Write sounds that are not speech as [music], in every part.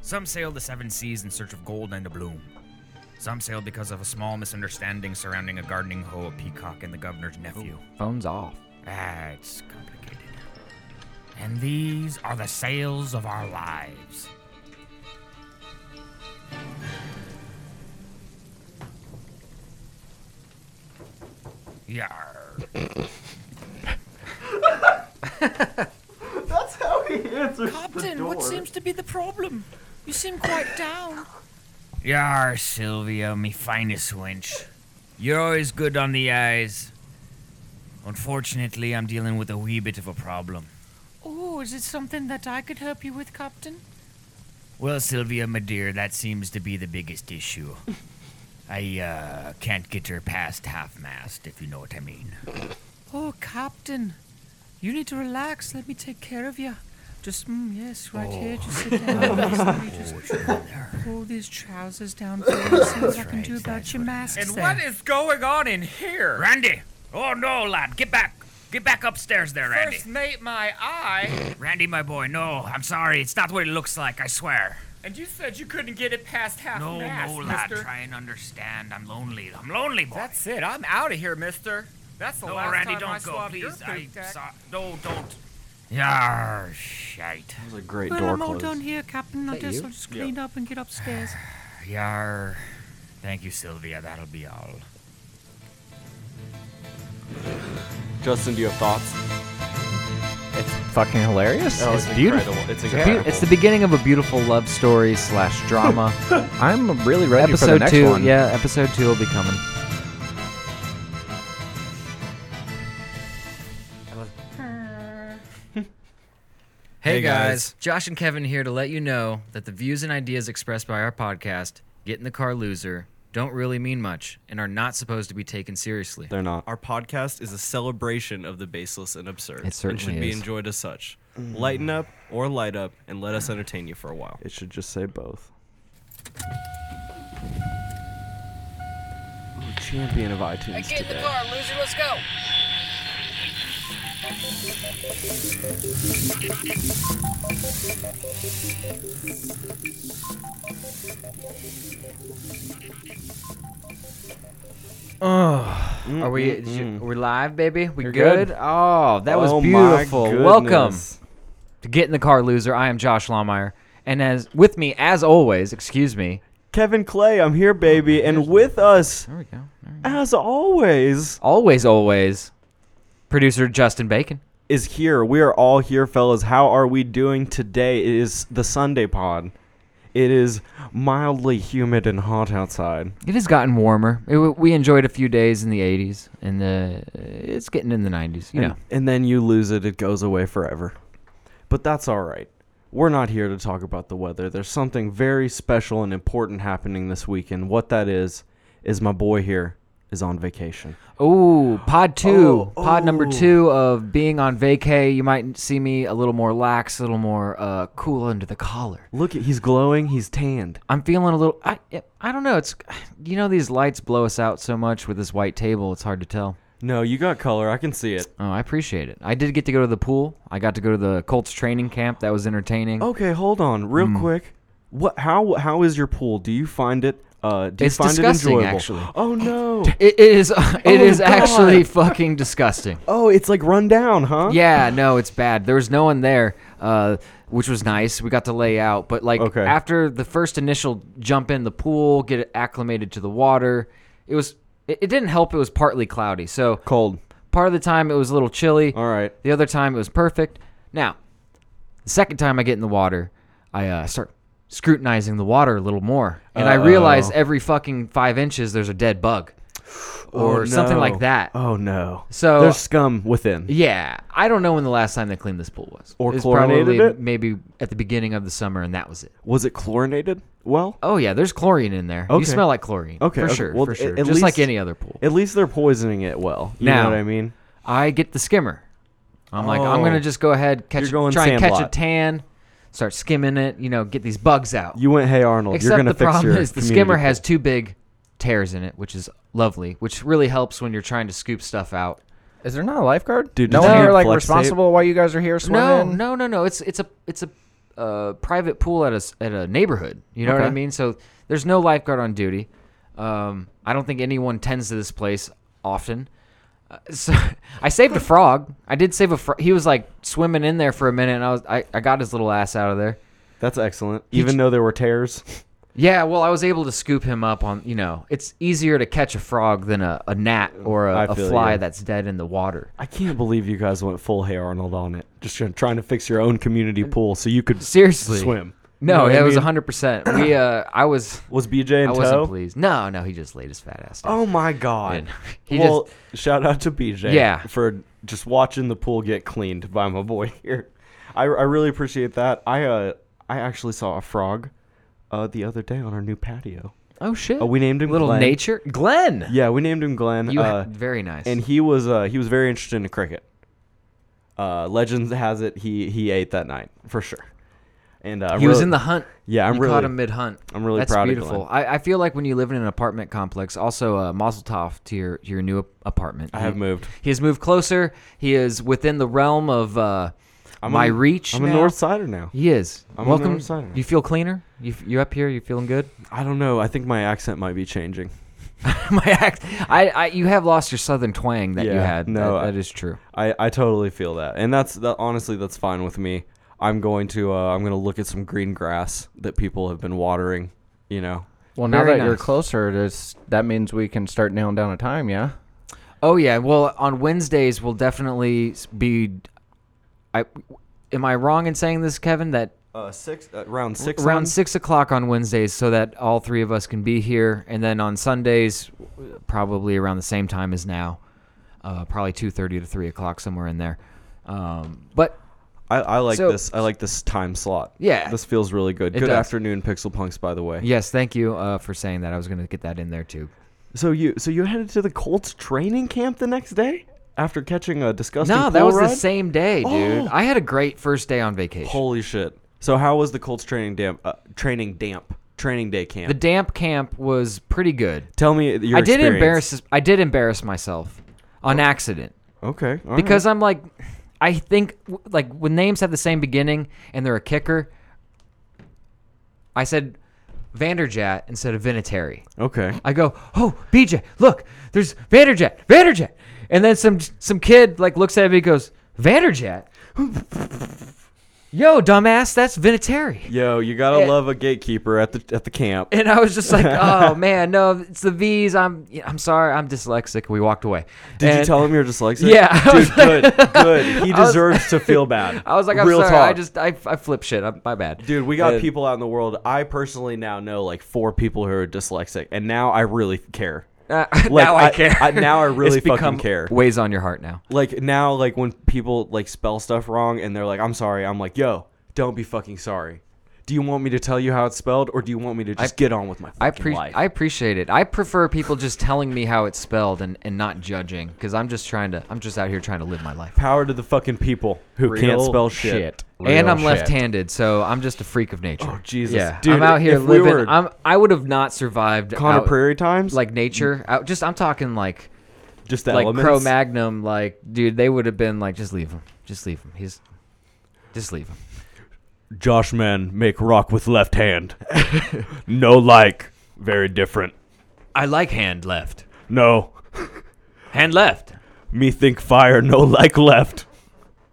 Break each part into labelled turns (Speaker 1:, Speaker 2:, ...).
Speaker 1: Some sailed the seven seas in search of gold and a bloom. Some sailed because of a small misunderstanding surrounding a gardening hoe, a peacock, and the governor's nephew.
Speaker 2: Phone's off.
Speaker 1: Ah, it's complicated. And these are the sails of our lives. Yar.
Speaker 3: [laughs] That's how he answers the
Speaker 4: Captain,
Speaker 3: door.
Speaker 4: what seems to be the problem? You seem quite down.
Speaker 1: Yar, Sylvia, me finest wench. You're always good on the eyes. Unfortunately, I'm dealing with a wee bit of a problem.
Speaker 4: Oh, is it something that I could help you with, Captain?
Speaker 1: Well, Sylvia, my dear, that seems to be the biggest issue.
Speaker 4: [laughs]
Speaker 1: I uh, can't get her past half mast, if you know what I mean.
Speaker 4: Oh, Captain, you need to relax. Let me take care of you. Just, mm, yes, right here.
Speaker 1: Oh.
Speaker 4: Just sit
Speaker 1: [laughs]
Speaker 4: down. Just Let me just pull these trousers down for you. See what I can do about your masks there.
Speaker 1: is going on in here? Randy! Oh no, lad, get back! Get back upstairs there, Randy.
Speaker 5: First mate, my eye,
Speaker 1: Randy, my boy, no, I'm sorry, it's not what it looks like, I swear.
Speaker 5: and you said you couldn't get it past half
Speaker 1: No,
Speaker 5: mast,
Speaker 1: no, lad,
Speaker 5: mister.
Speaker 1: try and understand. I'm lonely, I'm lonely, boy.
Speaker 5: That's it. I'm out of here, mister. That's the
Speaker 1: no,
Speaker 5: last
Speaker 1: Randy,
Speaker 5: time I
Speaker 1: don't go,
Speaker 5: swabbed your
Speaker 1: please. I
Speaker 5: poop tack.
Speaker 1: saw. No, don't. Yar, shite.
Speaker 3: That was a great
Speaker 4: well,
Speaker 3: door
Speaker 4: I'm all
Speaker 3: close.
Speaker 4: done here, Captain. I
Speaker 2: that
Speaker 4: guess
Speaker 2: you?
Speaker 4: I'll just clean up and get upstairs.
Speaker 1: Yar. Thank you, Sylvia. That'll be all.
Speaker 3: Justin, do you have thoughts?
Speaker 2: It's fucking hilarious.
Speaker 3: Oh,
Speaker 2: it's,
Speaker 3: it's
Speaker 2: beautiful.
Speaker 3: incredible.
Speaker 2: a
Speaker 3: It's
Speaker 2: beau-
Speaker 3: incredible.
Speaker 2: it's the beginning of a beautiful love story slash [laughs] drama.
Speaker 6: I'm really ready for the
Speaker 2: episode
Speaker 6: next
Speaker 2: two.
Speaker 6: one.
Speaker 2: Yeah, episode two will be coming.
Speaker 6: Hey
Speaker 3: Hey, guys.
Speaker 6: guys, Josh and Kevin here to let you know that the views and ideas expressed by our podcast, Get in the Car Loser, don't really mean much and are not supposed to be taken seriously.
Speaker 3: They're not.
Speaker 7: Our podcast is a celebration of the baseless and absurd.
Speaker 2: It certainly
Speaker 7: and should be
Speaker 2: is. Mm.
Speaker 7: enjoyed as such. Lighten up or light up and let us entertain you for a while.
Speaker 3: It should just say both. Ooh, champion of iTunes
Speaker 8: Get in the
Speaker 3: today.
Speaker 8: car, loser. Let's go.
Speaker 2: Oh, Are we? Sh- we're live, baby. We
Speaker 3: You're
Speaker 2: good?
Speaker 3: good.
Speaker 2: Oh, that was
Speaker 3: Oh my
Speaker 2: beautiful. Welcome
Speaker 3: goodness.
Speaker 2: to Get in the Car, Loser. I am Josh Lawmeyer, and as with me, as always, excuse me.
Speaker 3: Kevin Clay, I'm here, baby, and with us,
Speaker 2: There we go. There we go.
Speaker 3: as always,
Speaker 2: Always, always, producer Justin Bacon.
Speaker 3: is here. We are all here, fellas. How are we doing today? It is the Sunday pod. It is mildly humid and hot outside.
Speaker 2: It has gotten warmer. It, w- we enjoyed a few days in the 80s, and the it's getting in the 90s. You
Speaker 3: and,
Speaker 2: know,
Speaker 3: and then you lose it, it goes away forever. But that's all right. We're not here to talk about the weather. There's something very special and important happening this weekend. What that is, is my boy here is on vacation.
Speaker 2: Oh, pod two,
Speaker 3: Oh,
Speaker 2: pod number
Speaker 3: oh.
Speaker 2: two of being on vacay. You might see me a little more lax, a little more uh, cool under the collar.
Speaker 3: Look at he's glowing, he's tanned.
Speaker 2: I'm feeling a little. I I don't know. It's you know these lights blow us out so much with this white table. It's hard to tell.
Speaker 3: No, you got color. I can see it.
Speaker 2: Oh, I appreciate it. I did get to go to the pool. I got to go to the Colts training camp. That was entertaining.
Speaker 3: Okay, hold on, real
Speaker 2: Mm.
Speaker 3: quick. What? How? How is your pool? Do you find it? Uh, do
Speaker 2: It's
Speaker 3: you find
Speaker 2: disgusting,
Speaker 3: it enjoyable?
Speaker 2: actually.
Speaker 3: Oh no.
Speaker 2: It is. [laughs] It
Speaker 3: Oh,
Speaker 2: is
Speaker 3: God.
Speaker 2: actually fucking disgusting.
Speaker 3: Oh, it's like run down, huh?
Speaker 2: Yeah, no, it's bad. There was no one there, uh, which was nice. We got to lay out, but like
Speaker 3: Okay.
Speaker 2: after the first initial jump in the pool, get acclimated to the water, it was. It, it didn't help. It was partly cloudy, so
Speaker 3: Cold.
Speaker 2: part of the time it was a little chilly.
Speaker 3: All right.
Speaker 2: The other time it was perfect. Now, the second time I get in the water, I uh, start scrutinizing the water a little more, and I realize every fucking five inches there's a dead bug, or
Speaker 3: Oh,
Speaker 2: something like
Speaker 3: no.
Speaker 2: that.
Speaker 3: Oh no.
Speaker 2: So-
Speaker 3: there's scum within.
Speaker 2: Yeah, I don't know when the last time they cleaned this pool was.
Speaker 3: Or
Speaker 2: It's
Speaker 3: chlorinated
Speaker 2: probably
Speaker 3: it?
Speaker 2: Maybe at the beginning of the summer, and that was it.
Speaker 3: Was it chlorinated? Well,
Speaker 2: Oh yeah, there's chlorine in there. You
Speaker 3: Okay.
Speaker 2: smell like chlorine.
Speaker 3: Okay,
Speaker 2: for
Speaker 3: okay.
Speaker 2: sure,
Speaker 3: Well,
Speaker 2: for
Speaker 3: at-
Speaker 2: sure.
Speaker 3: at
Speaker 2: Just like
Speaker 3: least-
Speaker 2: any other pool.
Speaker 3: at least they're poisoning it well. You
Speaker 2: Now-
Speaker 3: know what I mean?
Speaker 2: I get the skimmer. I'm like, I'm
Speaker 3: Oh.
Speaker 2: gonna just go ahead, catch,
Speaker 3: You're going
Speaker 2: try and catch a
Speaker 3: Sandlot.
Speaker 2: tan, start skimming it. You know, get these bugs out.
Speaker 3: You went, hey Arnold,
Speaker 2: Except
Speaker 3: you're gonna
Speaker 2: the
Speaker 3: fix
Speaker 2: problem
Speaker 3: your
Speaker 2: is the
Speaker 3: community
Speaker 2: skimmer
Speaker 3: pool."
Speaker 2: has two big tears in it, which is lovely, which really helps when you're trying to scoop stuff out.
Speaker 6: Is there not a lifeguard?
Speaker 3: Dude,
Speaker 6: no
Speaker 3: did
Speaker 6: one
Speaker 3: you
Speaker 6: here like
Speaker 3: flex tape?
Speaker 6: responsible while you guys are here swimming?
Speaker 2: No, no, no, no. It's it's a it's a a private pool at a s- at a neighborhood. You know what I
Speaker 3: Okay.
Speaker 2: mean? So there's no lifeguard on duty. Um, I don't think anyone tends to this place often. Uh, [laughs] so I saved a frog. I did save a frog. He was like swimming in there for a minute, and I was I, I got his little ass out of there.
Speaker 3: That's excellent. Even though there were tears. [laughs]
Speaker 2: Yeah, well, I was able to scoop him up on. You know, it's easier to catch a frog than a, a gnat or
Speaker 3: I
Speaker 2: a, a
Speaker 3: feel
Speaker 2: fly
Speaker 3: you.
Speaker 2: that's dead in the water.
Speaker 3: I can't believe you guys went full Hey Arnold on it. Just trying- trying to fix your own community pool so you could
Speaker 2: Uh, Seriously.
Speaker 3: swim. You know
Speaker 2: No,
Speaker 3: what I
Speaker 2: it was
Speaker 3: mean?
Speaker 2: hundred percent. We, uh, I was,
Speaker 3: Was BJ in
Speaker 2: I
Speaker 3: tow?
Speaker 2: wasn't pleased. No, no, he just laid his fat ass down.
Speaker 3: Oh my god.
Speaker 2: And [laughs] he
Speaker 3: well, shout out to BJ
Speaker 2: Yeah.
Speaker 3: for just watching the pool get cleaned by my boy [laughs] here. I, I really appreciate that. I uh I actually saw a frog uh the other day on our new patio.
Speaker 2: Oh shit.
Speaker 3: Oh, we named him
Speaker 2: little
Speaker 3: Glenn.
Speaker 2: nature Glenn.
Speaker 3: Yeah, we named him Glenn.
Speaker 2: You
Speaker 3: uh,
Speaker 2: very nice.
Speaker 3: and he was uh he was very interested in cricket. Uh legends has it he he ate that night for sure. And uh,
Speaker 2: he was
Speaker 3: really-
Speaker 2: in the hunt.
Speaker 3: Yeah, I'm
Speaker 2: you
Speaker 3: really
Speaker 2: caught him mid hunt.
Speaker 3: I'm really
Speaker 2: That's
Speaker 3: proud of
Speaker 2: beautiful. I, I feel like when you live in an apartment complex, also uh, Mazel Tov to your your new ap- apartment.
Speaker 3: I have moved.
Speaker 2: He has moved closer. He is within the realm of uh,
Speaker 3: I'm
Speaker 2: my
Speaker 3: a-
Speaker 2: reach.
Speaker 3: I'm
Speaker 2: now.
Speaker 3: a north sider now.
Speaker 2: He is.
Speaker 3: I'm a
Speaker 2: Welcome.
Speaker 3: North Sider now.
Speaker 2: You feel cleaner? You f- you up here? You feeling good? [laughs]
Speaker 3: I don't know. I think my accent might be changing.
Speaker 2: my act. I, I you have lost your southern twang that you
Speaker 3: Yeah,
Speaker 2: had.
Speaker 3: no,
Speaker 2: That-
Speaker 3: I-
Speaker 2: that is true.
Speaker 3: I, I totally feel that, and that's that. Honestly, that's fine with me. I'm going to uh, I'm going to look at some green grass that people have been watering. You know,
Speaker 8: Well, now
Speaker 2: Very
Speaker 8: that you're
Speaker 2: nice.
Speaker 8: closer, this that means we can start nailing down a time. Yeah.
Speaker 2: Oh yeah. Well, on Wednesdays we'll definitely s- be. I am I wrong in saying this, Kevin? That
Speaker 3: uh, six uh, round six
Speaker 2: around
Speaker 3: on?
Speaker 2: six o'clock on Wednesdays, so that all three of us can be here, and then on Sundays, w- probably around the same time as now, uh, probably two thirty to three o'clock somewhere in there. Um, but
Speaker 3: I, I like
Speaker 2: So-
Speaker 3: this. I like this time slot.
Speaker 2: Yeah.
Speaker 3: this feels really good.
Speaker 2: It
Speaker 3: Good
Speaker 2: does.
Speaker 3: afternoon, Pixel Punks. By the way,
Speaker 2: yes, thank you uh, for saying that. I was gonna get that in there too.
Speaker 3: so you so you headed to the Colts training camp the next day after catching a disgusting.
Speaker 2: No,
Speaker 3: pool
Speaker 2: that was the
Speaker 3: ride?
Speaker 2: same day, dude.
Speaker 3: Oh.
Speaker 2: I had a great first day on vacation.
Speaker 3: Holy shit! So how was the Colts training damp? Uh, training damp. Training day camp.
Speaker 2: the damp camp was pretty good.
Speaker 3: Tell me your.
Speaker 2: I did
Speaker 3: experience. Oh.
Speaker 2: embarrass I did embarrass myself on accident
Speaker 3: Okay. all right.
Speaker 2: because I'm like I think w- like when names have the same beginning and they're a kicker I said Vanderjat instead of Vinatieri.
Speaker 3: Okay.
Speaker 2: I go, "Oh, BJ, look, there's Vanderjat. Vanderjat." And then some some kid like looks at me and goes, "Vanderjat?" Yo, dumbass, that's Vinatieri.
Speaker 3: Yo, you gotta
Speaker 2: Yeah.
Speaker 3: love a gatekeeper at the at the camp.
Speaker 2: and I was just
Speaker 3: [laughs]
Speaker 2: like, "Oh man, no, it's the V's. I'm, I'm sorry, I'm dyslexic." We walked away.
Speaker 3: Did you
Speaker 2: And
Speaker 3: tell him you're dyslexic?
Speaker 2: Yeah, [laughs] I
Speaker 3: dude,
Speaker 2: was
Speaker 3: good,
Speaker 2: [laughs]
Speaker 3: good. He
Speaker 2: I was-
Speaker 3: deserves to feel bad.
Speaker 2: [laughs] I was like, "I'm
Speaker 3: Real
Speaker 2: sorry,
Speaker 3: talk.
Speaker 2: I just, I, I flip shit. I'm, my bad."
Speaker 3: dude. We got
Speaker 2: And-
Speaker 3: people out in the world. I personally now know like four people who are dyslexic, and now I really care.
Speaker 2: [laughs] Uh,
Speaker 3: Like,
Speaker 2: now I, care.
Speaker 3: I, now I
Speaker 2: [laughs]
Speaker 3: really
Speaker 2: It's
Speaker 3: fucking
Speaker 2: become
Speaker 3: care.
Speaker 2: Weighs on your heart now.
Speaker 3: Like now, like when people like spell stuff wrong and they're like, "I'm sorry," I'm like, "Yo, don't be fucking sorry." Do you want me to tell you how it's spelled, or do you want me to just get on with my fucking
Speaker 2: I pre-
Speaker 3: life?
Speaker 2: I appreciate it. I prefer people just telling me how it's spelled and, and not judging because I'm just trying to, I'm just out here trying to live my life.
Speaker 3: Power to the fucking people who [laughs] can't spell shit.
Speaker 2: and
Speaker 8: Real
Speaker 2: I'm
Speaker 8: shit.
Speaker 2: left-handed, so I'm just a freak of nature.
Speaker 3: Oh, Jesus.
Speaker 2: Yeah,
Speaker 3: Dude,
Speaker 2: I'm out here
Speaker 3: if we
Speaker 2: living.
Speaker 3: were-
Speaker 2: I'm, I would have not survived.
Speaker 3: Connor
Speaker 2: out-
Speaker 3: Prairie times,
Speaker 2: like nature. Out, just I'm talking like
Speaker 3: just Mm. the
Speaker 2: like
Speaker 3: elements.
Speaker 2: Cro Magnum, like dude, they would have been like, just leave him, just leave him. He's just leave him.
Speaker 3: Josh man make rock with left hand.
Speaker 2: [laughs]
Speaker 3: no like, very different.
Speaker 1: I like hand left.
Speaker 3: No,
Speaker 1: Hand left.
Speaker 3: me think fire, no like left.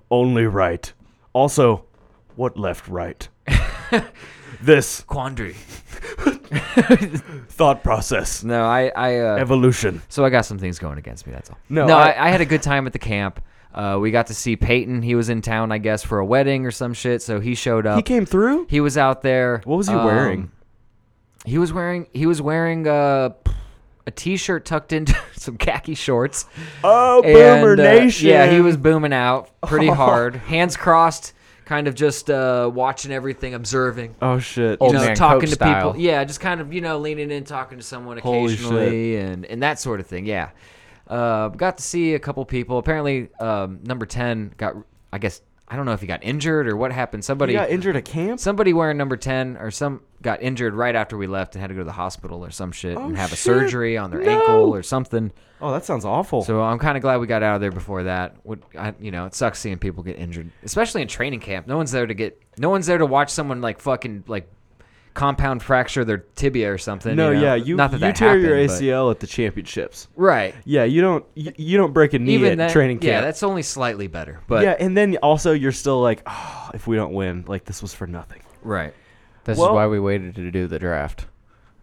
Speaker 3: Only right. Also, what
Speaker 2: [laughs]
Speaker 3: left right? this
Speaker 1: Quandary.
Speaker 3: thought process.
Speaker 2: No, I, I, uh,
Speaker 3: Evolution.
Speaker 2: so I got some things going against me. That's all.
Speaker 3: No,
Speaker 2: no,
Speaker 3: I-
Speaker 2: I, I, had a good time at the camp. Uh, we got to see Peyton. He was in town, I guess, for a wedding or some shit. So he showed up.
Speaker 3: He came through? Um,
Speaker 2: He was out there. um,
Speaker 3: What was he wearing?
Speaker 2: He was wearing. He was wearing uh, a t-shirt tucked into [laughs] some khaki shorts.
Speaker 3: Oh,
Speaker 2: And, uh, yeah, he was booming out pretty hard, hands crossed, kind of just uh, watching everything, observing.
Speaker 3: Oh, shit.
Speaker 8: Old
Speaker 2: you know,
Speaker 8: man
Speaker 2: talking
Speaker 8: Coke
Speaker 2: to
Speaker 8: style.
Speaker 2: people. Yeah, just kind of you know leaning in, talking to someone
Speaker 3: Holy
Speaker 2: occasionally, and and that sort of thing. Yeah, uh, got to see a couple people. Apparently, um, number ten got. I guess I don't know if he got injured or what happened.
Speaker 3: He
Speaker 2: Somebody
Speaker 3: got injured at camp?
Speaker 2: somebody wearing number ten or some got injured right after we left and had to go to the hospital or some shit
Speaker 3: Oh,
Speaker 2: and have a
Speaker 3: shit.
Speaker 2: surgery on their
Speaker 3: No.
Speaker 2: ankle or something.
Speaker 3: Oh, that sounds awful.
Speaker 2: So I'm kind of glad we got out of there before that. Would I, you know, it sucks seeing people get injured, especially in training camp. No one's there to get. No one's there to watch someone like fucking like compound fracture their tibia or something.
Speaker 3: no,
Speaker 2: you know?
Speaker 3: yeah, you
Speaker 2: uh, Not that
Speaker 3: you
Speaker 2: that
Speaker 3: tear your
Speaker 2: happened, but-
Speaker 3: ACL at the championships.
Speaker 2: right?
Speaker 3: Yeah, you don't you, you don't break a knee at
Speaker 2: then-
Speaker 3: training camp.
Speaker 2: Yeah, that's only slightly better, but
Speaker 3: yeah, and then also you're still like, oh, if we don't win, like this was for nothing.
Speaker 2: right.
Speaker 8: This
Speaker 3: Well-
Speaker 8: is why we waited to do the draft. Uh,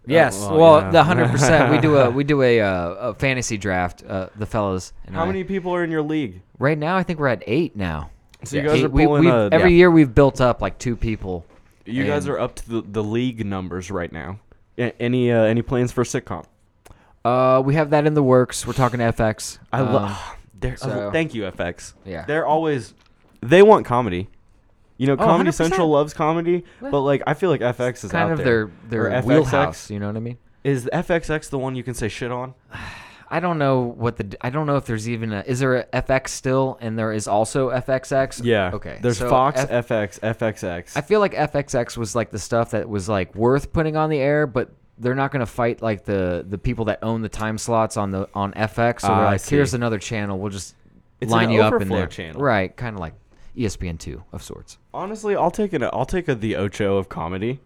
Speaker 2: Yes,
Speaker 3: well,
Speaker 2: well,
Speaker 3: yeah.
Speaker 2: the hundred percent. We do
Speaker 8: [laughs]
Speaker 2: a we do a, uh, a fantasy draft. Uh, the fellas. And
Speaker 3: How
Speaker 2: I.
Speaker 3: many people are in your league?
Speaker 2: Right now, I think we're at eight now.
Speaker 3: So you guys
Speaker 2: Eight-
Speaker 3: are
Speaker 2: we,
Speaker 3: pulling
Speaker 2: we've-
Speaker 3: a-
Speaker 2: every
Speaker 3: yeah.
Speaker 2: year we've built up like two people.
Speaker 3: You guys
Speaker 2: And-
Speaker 3: are up to the, the league numbers right now. A- Any uh, any plans for sitcom?
Speaker 2: Uh, we have that in the works. We're talking FX.
Speaker 3: I
Speaker 2: Um,
Speaker 3: love. [sighs] They're
Speaker 2: so-
Speaker 3: thank you, FX.
Speaker 2: Yeah. Oh,
Speaker 3: they're always. They want comedy. You know, Comedy
Speaker 2: 100%.
Speaker 3: Central loves comedy, but like I feel like FX is
Speaker 2: kind
Speaker 3: out
Speaker 2: of
Speaker 3: there.
Speaker 2: their their
Speaker 3: Or FXX.
Speaker 2: wheelhouse. You know what I mean?
Speaker 3: Is FXX the one you can say shit on?
Speaker 2: I don't know what the I don't know if there's even a is there a FX still and there is also FXX.
Speaker 3: Yeah.
Speaker 2: Okay.
Speaker 3: There's
Speaker 2: so
Speaker 3: Fox,
Speaker 2: F-
Speaker 3: FX, FXX.
Speaker 2: I feel like FXX was like the stuff that was like worth putting on the air, but they're not going to fight like the the people that own the time slots on the on FX. So
Speaker 3: Ah,
Speaker 2: they're
Speaker 3: I
Speaker 2: like, here's
Speaker 3: see.
Speaker 2: another channel. We'll just
Speaker 3: It's
Speaker 2: line
Speaker 3: an
Speaker 2: you up in
Speaker 3: overflow
Speaker 2: there.
Speaker 3: channel.
Speaker 2: Right, kind of like E ESPN two of sorts.
Speaker 3: Honestly, I'll take an I'll take a the Ocho of comedy.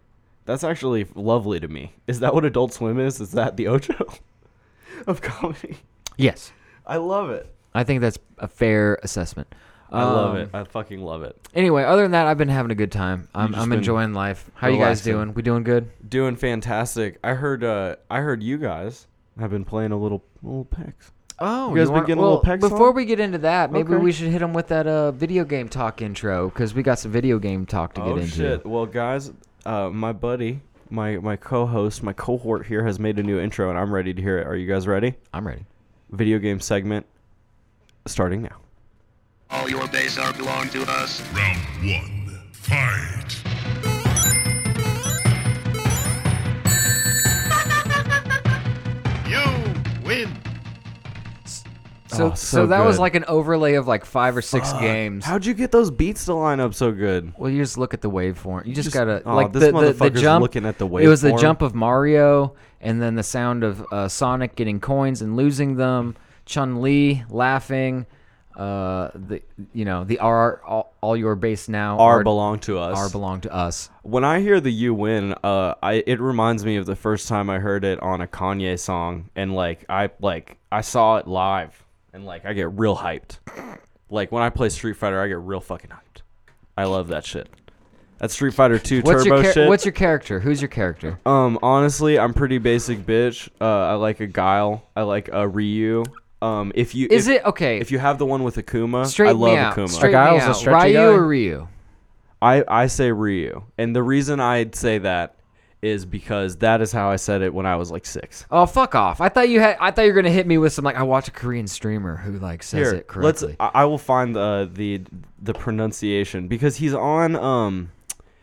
Speaker 3: That's actually lovely to me. Is that what Adult Swim is? Is that the Ocho [laughs] of comedy?
Speaker 2: Yes,
Speaker 3: I love it.
Speaker 2: I think that's a fair assessment.
Speaker 3: I love
Speaker 2: Um,
Speaker 3: it. I fucking love it.
Speaker 2: Anyway, other than that, I've been having a good time. I'm,
Speaker 3: just
Speaker 2: I'm
Speaker 3: been
Speaker 2: enjoying life. How you guys
Speaker 3: relaxing.
Speaker 2: doing? We doing good?
Speaker 3: Doing fantastic. I heard uh I heard you guys have been playing a little little pecs.
Speaker 2: Oh,
Speaker 3: You guys been getting a little pecs
Speaker 2: Before
Speaker 3: on?
Speaker 2: we get into that, maybe
Speaker 3: Okay.
Speaker 2: we should hit them with that uh, video game talk intro because we got some video game talk to
Speaker 3: oh
Speaker 2: get into.
Speaker 3: shit. Well guys, uh my buddy, my my co-host, my cohort here has made a new intro and I'm ready to hear it. Are you guys ready?
Speaker 2: I'm ready.
Speaker 3: Video game segment starting now.
Speaker 9: All your base are belong to us.
Speaker 10: Round one, fight.
Speaker 9: You win.
Speaker 2: So, so,
Speaker 3: Oh, so
Speaker 2: that was
Speaker 3: good.
Speaker 2: like an overlay of like five or six games.
Speaker 3: How'd you get those beats to line up so good?
Speaker 2: well, you just look at the waveform. You just,
Speaker 3: Just-
Speaker 2: gotta
Speaker 3: aw,
Speaker 2: like
Speaker 3: this
Speaker 2: the, the, the
Speaker 3: motherfucker's
Speaker 2: jump.
Speaker 3: looking at the
Speaker 2: It was the
Speaker 3: waveform.
Speaker 2: jump of Mario, and then the sound of uh, Sonic getting coins and losing them. Chun Li laughing. Uh, the you know the R all, all your base now
Speaker 3: R belong to us.
Speaker 2: R belong to us.
Speaker 3: when I hear the "You Win," uh, I it reminds me of the first time I heard it on a Kanye song, and like I like I saw it live, and like I get real hyped. Like when I play Street Fighter, I get real fucking hyped. I love that shit. That Street Fighter Two
Speaker 2: What's
Speaker 3: Turbo
Speaker 2: your char-
Speaker 3: shit.
Speaker 2: What's your character? Who's your character?
Speaker 3: um, honestly, I'm pretty basic bitch. Uh, I like a Guile. I like a Ryu. Um, if you
Speaker 2: Is
Speaker 3: if,
Speaker 2: it okay?
Speaker 3: If you have the one with Akuma,
Speaker 2: straight
Speaker 3: I love
Speaker 2: me out,
Speaker 3: Akuma.
Speaker 2: straight me
Speaker 8: Guile's a
Speaker 2: out.
Speaker 8: stretchy
Speaker 2: Ryu
Speaker 8: guy?
Speaker 2: or Ryu?
Speaker 3: I, I say Ryu. And the reason I'd say that is because that is how I said it when I was like six.
Speaker 2: Oh fuck off! I thought you had. I thought you were gonna hit me with some like I watch a Korean streamer who like says
Speaker 3: Here,
Speaker 2: it
Speaker 3: let's.
Speaker 2: correctly.
Speaker 3: I, I will find the the the pronunciation because he's on um,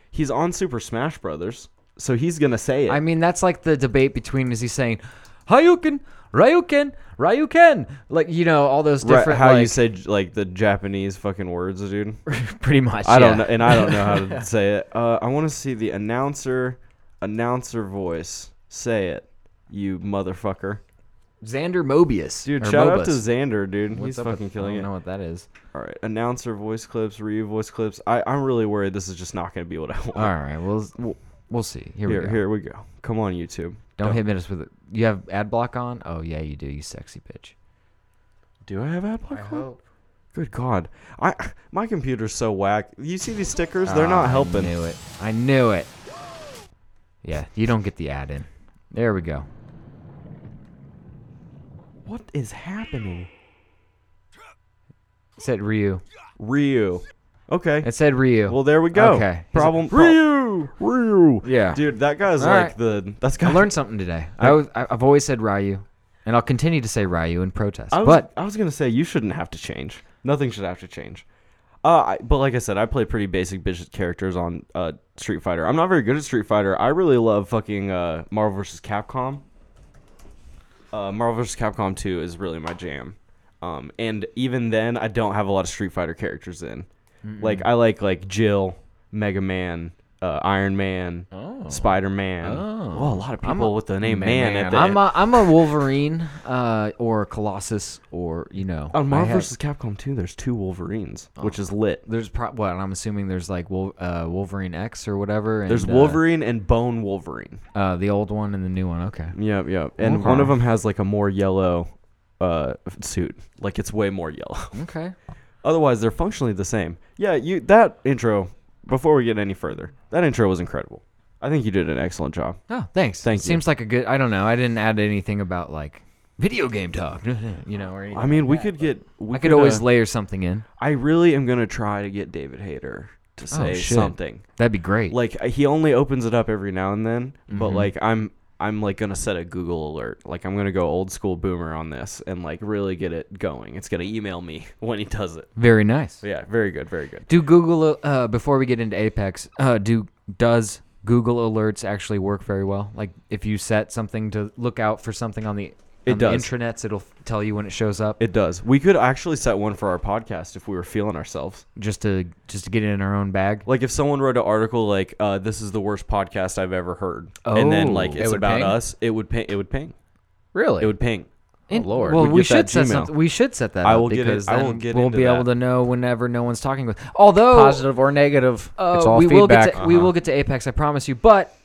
Speaker 3: he's on Super Smash Brothers, so he's gonna say it.
Speaker 2: I mean, that's like the debate between is he saying Hayuken, Ryuken, Ryuken, like you know all those
Speaker 3: Right,
Speaker 2: different
Speaker 3: how you
Speaker 2: like,
Speaker 3: say like the Japanese fucking words,
Speaker 2: [laughs]
Speaker 3: dude.
Speaker 2: pretty much.
Speaker 3: I don't
Speaker 2: yeah.
Speaker 3: know, and I don't know how
Speaker 2: [laughs]
Speaker 3: to say it. Uh, I want to see the announcer announcer voice say it. You motherfucker,
Speaker 2: Xander Mobius,
Speaker 3: dude!
Speaker 2: or
Speaker 3: Shout out
Speaker 2: Mobus.
Speaker 3: to Xander, dude.
Speaker 2: What's
Speaker 3: he's
Speaker 2: up with-
Speaker 3: fucking killing
Speaker 2: I
Speaker 3: it.
Speaker 2: don't know what that is.
Speaker 3: All right, announcer voice clips, Ryu voice clips. I, I'm really worried this is just not going to be what I want.
Speaker 2: All right, well we'll, we'll see. Here, we
Speaker 3: here,
Speaker 2: go.
Speaker 3: here we go. Come on, YouTube.
Speaker 2: Don't hit me with it. You have ad block on? Oh yeah, you do. You sexy bitch.
Speaker 3: Do I have ad block? I hope. Good God, I my computer's so whack. You see these stickers? They're
Speaker 2: Ah,
Speaker 3: not
Speaker 2: I
Speaker 3: helping.
Speaker 2: knew it. I knew it. Yeah, you don't get the ad in. There we go.
Speaker 3: What is happening?
Speaker 2: It said Ryu.
Speaker 3: Ryu. Okay.
Speaker 2: It said Ryu.
Speaker 3: Well, there we go.
Speaker 2: Okay.
Speaker 3: Problem.
Speaker 2: Ryu.
Speaker 3: Ryu.
Speaker 2: Yeah.
Speaker 3: Dude, that guy's
Speaker 2: All
Speaker 3: like
Speaker 2: right.
Speaker 3: the. That's
Speaker 2: I
Speaker 3: got.
Speaker 2: learned something today. I was, I, I've always said Ryu, and I'll continue to say Ryu in protest.
Speaker 3: I was,
Speaker 2: but
Speaker 3: I was gonna say you shouldn't have to change. Nothing should have to change. Uh, I, but like I said, I play pretty basic bitch characters on uh, Street Fighter. I'm not very good at Street Fighter. I really love fucking uh, Marvel vs. Capcom. Uh, Marvel vs. Capcom 2 is really my jam. Um, and even then, I don't have a lot of Street Fighter characters in. Like I like like Jill, Mega Man, uh, Iron Man, Spider Man.
Speaker 2: Oh.
Speaker 3: Well, a lot of
Speaker 2: I'm
Speaker 3: people
Speaker 2: a-
Speaker 3: with the name man, at the
Speaker 2: I'm a, I'm a Wolverine uh, or Colossus or you know.
Speaker 3: on
Speaker 2: I
Speaker 3: Marvel
Speaker 2: have- Oh.
Speaker 3: vs. Capcom 2, there's two Wolverines, which is lit.
Speaker 2: There's pro- what I'm assuming there's like Wol- uh, Wolverine X or whatever. And,
Speaker 3: There's
Speaker 2: uh,
Speaker 3: Wolverine and Bone Wolverine.
Speaker 2: Uh, the old one and the new one. Okay.
Speaker 3: Yep, yep. And
Speaker 2: Okay.
Speaker 3: one of them has like a more yellow uh, suit. Like it's way more yellow. [laughs]
Speaker 2: Okay.
Speaker 3: Otherwise, they're functionally the same. Yeah, you that intro. Before we get any further, that intro was incredible. I think you did an excellent job.
Speaker 2: Oh, thanks.
Speaker 3: Thank you.
Speaker 2: Seems like a good. I don't know. I didn't add anything about like video game talk. [laughs] You know, or anything.
Speaker 3: I mean, we could get. We
Speaker 2: I could always
Speaker 3: uh,
Speaker 2: layer something in.
Speaker 3: I really am gonna try to get David Hayter to say
Speaker 2: Oh, shit.
Speaker 3: something.
Speaker 2: That'd be great.
Speaker 3: Like uh, he only opens it up every now and then, but
Speaker 8: Mm-hmm.
Speaker 3: like I'm I'm like gonna set a Google alert. Like I'm gonna go old school boomer on this and like really get it going. It's gonna email me [laughs] when he does it.
Speaker 2: Very nice.
Speaker 3: Yeah, very good, very good.
Speaker 2: Do Google uh, before we get into Apex? Uh, do does Google alerts actually work very well? Like if you set something to look out for something on the
Speaker 3: It
Speaker 2: on the
Speaker 3: does.
Speaker 2: intranets, it'll f- tell you when it shows up.
Speaker 3: It does. We could actually set one for our podcast if we were feeling ourselves.
Speaker 2: just to just to get it in our own bag.
Speaker 3: Like if someone wrote an article like uh, "This is the worst podcast I've ever heard," and then like
Speaker 2: Oh.
Speaker 3: it's
Speaker 8: It would
Speaker 3: about
Speaker 8: ping?
Speaker 3: us, it would ping. It would ping.
Speaker 8: Really?
Speaker 3: It would ping.
Speaker 2: In-
Speaker 8: Lord.
Speaker 2: Well,
Speaker 3: We'd
Speaker 2: we,
Speaker 3: Oh, get that
Speaker 2: should set
Speaker 3: Gmail.
Speaker 2: something. We should set that.
Speaker 3: I
Speaker 2: up
Speaker 3: will get it-
Speaker 2: because
Speaker 3: I
Speaker 2: then
Speaker 3: will get
Speaker 2: We'll
Speaker 3: into
Speaker 2: be able
Speaker 3: that.
Speaker 2: to know whenever no one's talking with. Although
Speaker 8: Positive or negative,
Speaker 2: uh,
Speaker 8: it's all
Speaker 2: we will
Speaker 8: feedback.
Speaker 2: get to, we
Speaker 3: Uh-huh.
Speaker 2: will get to Apex. I promise you. But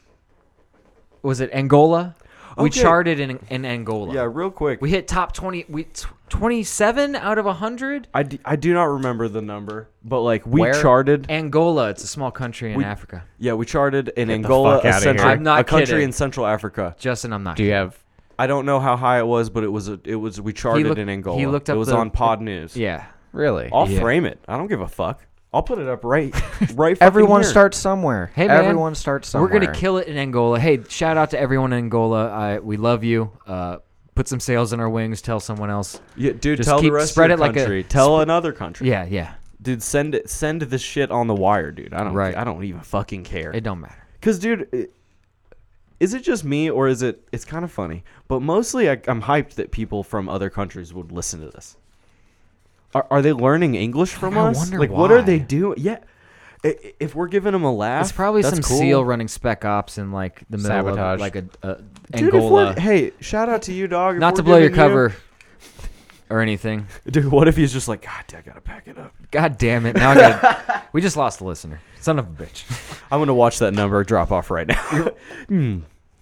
Speaker 2: was it Angola? We
Speaker 3: Okay.
Speaker 2: charted in in Angola.
Speaker 3: Yeah, real quick.
Speaker 2: We hit top twenty. We t- twenty seven out of hundred.
Speaker 3: I, d- I do not remember the number, but like we
Speaker 8: Where?
Speaker 3: charted.
Speaker 2: Angola. It's a small country in
Speaker 3: We-
Speaker 2: Africa.
Speaker 3: Yeah, we charted in Angola,
Speaker 7: fuck
Speaker 3: a,
Speaker 7: outta here.
Speaker 3: central,
Speaker 2: I'm not
Speaker 3: a country
Speaker 2: kidding.
Speaker 3: in Central Africa.
Speaker 2: Justin, I'm not.
Speaker 8: Do you have?
Speaker 3: I don't know how high it was, but it was a, it was we charted
Speaker 2: looked-
Speaker 3: in
Speaker 2: he
Speaker 3: Angola.
Speaker 2: looked up
Speaker 3: it was
Speaker 2: the-
Speaker 3: on Pod News.
Speaker 2: yeah.
Speaker 8: Really?
Speaker 3: I'll
Speaker 2: Yeah.
Speaker 3: frame it. I don't give a fuck. I'll put it
Speaker 2: [laughs]
Speaker 3: up right right. fucking
Speaker 8: Everyone
Speaker 3: here.
Speaker 8: starts somewhere.
Speaker 2: Hey, man.
Speaker 8: Everyone starts somewhere.
Speaker 2: We're gonna kill it in Angola. Hey, shout out to everyone in Angola. I, we love you. Uh, put some sails in our wings. Tell someone else.
Speaker 3: Yeah, dude,
Speaker 2: Just
Speaker 3: tell
Speaker 2: keep-
Speaker 3: the rest
Speaker 2: spread
Speaker 3: of
Speaker 2: it
Speaker 3: the
Speaker 2: like a-
Speaker 3: country. tell another country.
Speaker 2: Yeah, yeah.
Speaker 3: dude, send it. Send this shit on the wire, dude. I don't.
Speaker 2: Right.
Speaker 3: I don't even fucking care.
Speaker 2: It don't matter.
Speaker 3: Cause, dude, i- is it just me or is it? It's kind of funny, but mostly I, I'm hyped that people from other countries would listen to this. Are, are they learning English from
Speaker 2: I
Speaker 3: us?
Speaker 2: wonder
Speaker 3: like, what are they
Speaker 2: why.
Speaker 3: doing? Yeah. I- i- If we're giving them a laugh,
Speaker 2: It's probably
Speaker 3: that's
Speaker 2: some
Speaker 3: cool.
Speaker 2: seal running spec ops in like the middle
Speaker 8: Sabotage.
Speaker 2: of like a, a
Speaker 3: Dude, if we're-
Speaker 2: Angola.
Speaker 3: hey, shout out to you, dog. if
Speaker 2: Not
Speaker 3: we're
Speaker 2: to blow your
Speaker 3: giving you-
Speaker 2: cover or anything.
Speaker 3: dude. What if he's just like, God, I gotta pack it up.
Speaker 2: God damn it! Now I got. [laughs] we just lost a listener. Son of a bitch.
Speaker 3: I'm gonna watch that number drop off right now. [laughs] Hmm.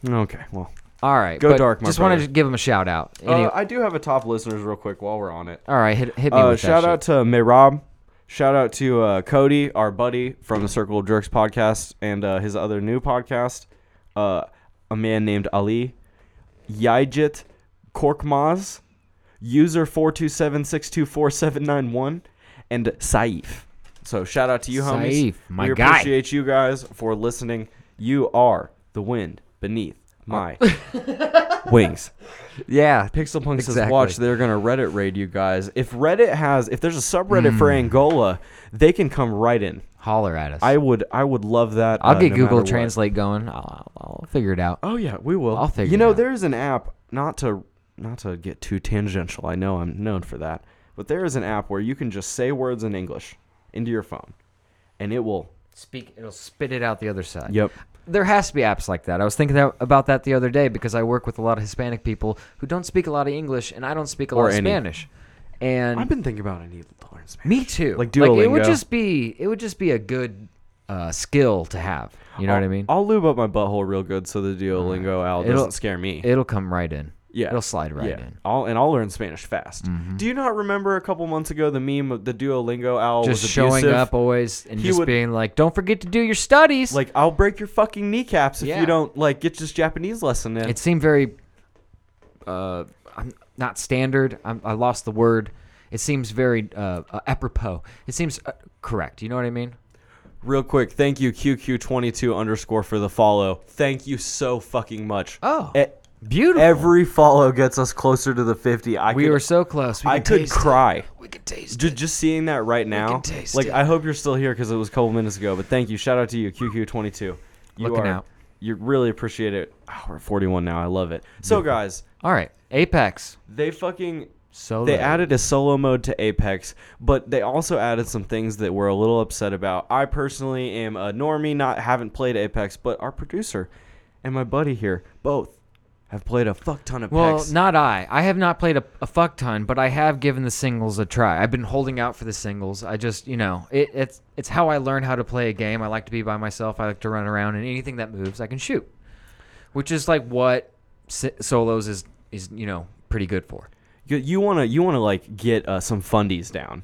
Speaker 3: Okay, well,
Speaker 2: All right.
Speaker 3: Go
Speaker 2: but
Speaker 3: dark, my
Speaker 2: Just wanted
Speaker 3: brother.
Speaker 2: to give him a shout out. Any-
Speaker 3: Uh, I do have a top listeners real quick while we're on it.
Speaker 2: all right. Hit, hit me
Speaker 3: Uh,
Speaker 2: with that
Speaker 3: shout
Speaker 2: shit.
Speaker 3: out to Mehrab. Shout out to uh, Cody, our buddy from the Circle of Jerks podcast and uh, his other new podcast. Uh, a man named Ali, Yajit Korkmaz, user four two seven six two four seven nine one, and Saif. So shout out to you, homies.
Speaker 2: Saif, my
Speaker 3: we
Speaker 2: guy.
Speaker 3: appreciate you guys for listening. You are the wind beneath
Speaker 2: [laughs]
Speaker 3: my wings.
Speaker 2: Yeah.
Speaker 3: Pixel Punk says,
Speaker 2: Exactly.
Speaker 3: "Watch, they're gonna Reddit raid you guys. If Reddit has, if there's a subreddit for
Speaker 2: Hmm.
Speaker 3: Angola, they can come right in.
Speaker 2: Holler at us.
Speaker 3: I would, I would love that.
Speaker 2: I'll
Speaker 3: uh,
Speaker 2: get
Speaker 3: no matter
Speaker 2: Google
Speaker 3: what.
Speaker 2: Translate going. I'll, I'll I'll figure it out.
Speaker 3: Oh yeah, we will.
Speaker 2: I'll figure
Speaker 3: You know,
Speaker 2: it out.
Speaker 3: there is an app. Not to, not to get too tangential. I know I'm known for that, but there is an app where you can just say words in English into your phone, and it will.
Speaker 2: Speak. It'll spit it out the other side.
Speaker 3: Yep.
Speaker 2: There has to be apps like that. I was thinking that, about that the other day because I work with a lot of Hispanic people who don't speak a lot of English, and I don't speak a lot
Speaker 3: Or
Speaker 2: of
Speaker 3: any.
Speaker 2: Spanish. And
Speaker 3: I've been thinking about I need to learn Spanish.
Speaker 2: me too.
Speaker 3: Like
Speaker 2: it would
Speaker 3: Duolingo.
Speaker 2: just be. It would just be a good uh, skill to have. You know
Speaker 3: I'll,
Speaker 2: what I mean?
Speaker 3: I'll lube up my butthole real good so the Duolingo owl
Speaker 2: It'll-
Speaker 3: doesn't scare me.
Speaker 2: It'll come right in.
Speaker 3: Yeah,
Speaker 2: It'll slide right
Speaker 3: yeah.
Speaker 2: in. Mm-hmm.
Speaker 3: I'll and I'll learn Spanish fast. Do you not remember a couple months ago the meme of the Duolingo owl
Speaker 2: Just
Speaker 3: was
Speaker 2: showing
Speaker 3: abusive?
Speaker 2: up always and
Speaker 3: He
Speaker 2: just
Speaker 3: would-
Speaker 2: being like, "Don't forget to do your studies."
Speaker 3: Like I'll break your fucking kneecaps if
Speaker 2: Yeah.
Speaker 3: you don't like get this Japanese lesson in.
Speaker 2: it seemed very uh I'm not standard I'm, i lost the word it seems very uh, uh, apropos it seems uh, correct you know what i mean
Speaker 3: Real quick, thank you QQ22 underscore for the follow. Thank you so fucking much.
Speaker 2: Oh,
Speaker 3: E-
Speaker 2: beautiful
Speaker 3: every follow gets us closer to the 50. I
Speaker 2: we
Speaker 3: could,
Speaker 2: were so close we
Speaker 3: I
Speaker 2: could
Speaker 3: could
Speaker 2: taste
Speaker 3: cry.
Speaker 2: it. we could taste
Speaker 3: Just, just seeing that right now.
Speaker 2: taste
Speaker 3: Like
Speaker 2: it.
Speaker 3: I hope you're still here because it was a couple minutes ago. But thank you. Shout out to you, QQ22. You
Speaker 2: Looking
Speaker 3: are,
Speaker 2: out.
Speaker 3: You really Ah, appreciate it. Oh, we're at 41 now. I love it. So guys,
Speaker 2: all right apex
Speaker 3: they fucking
Speaker 2: So
Speaker 3: They added a solo mode to Apex, but they also added some things that we're a little upset about. I personally am a normie, not haven't played Apex, but our producer and my buddy here both have played a fuck ton of
Speaker 2: Well,
Speaker 3: Apex.
Speaker 2: not I. I have not played a, a fuck ton, but I have given the singles a try. I've been holding out for the singles. I just, you know, it, it's it's how I learn how to play a game. I like to be by myself. I like to run around, and anything that moves, I can shoot, which is like what si- solos is is you know pretty good for.
Speaker 3: you, you wanna you wanna like get uh, some fundies down.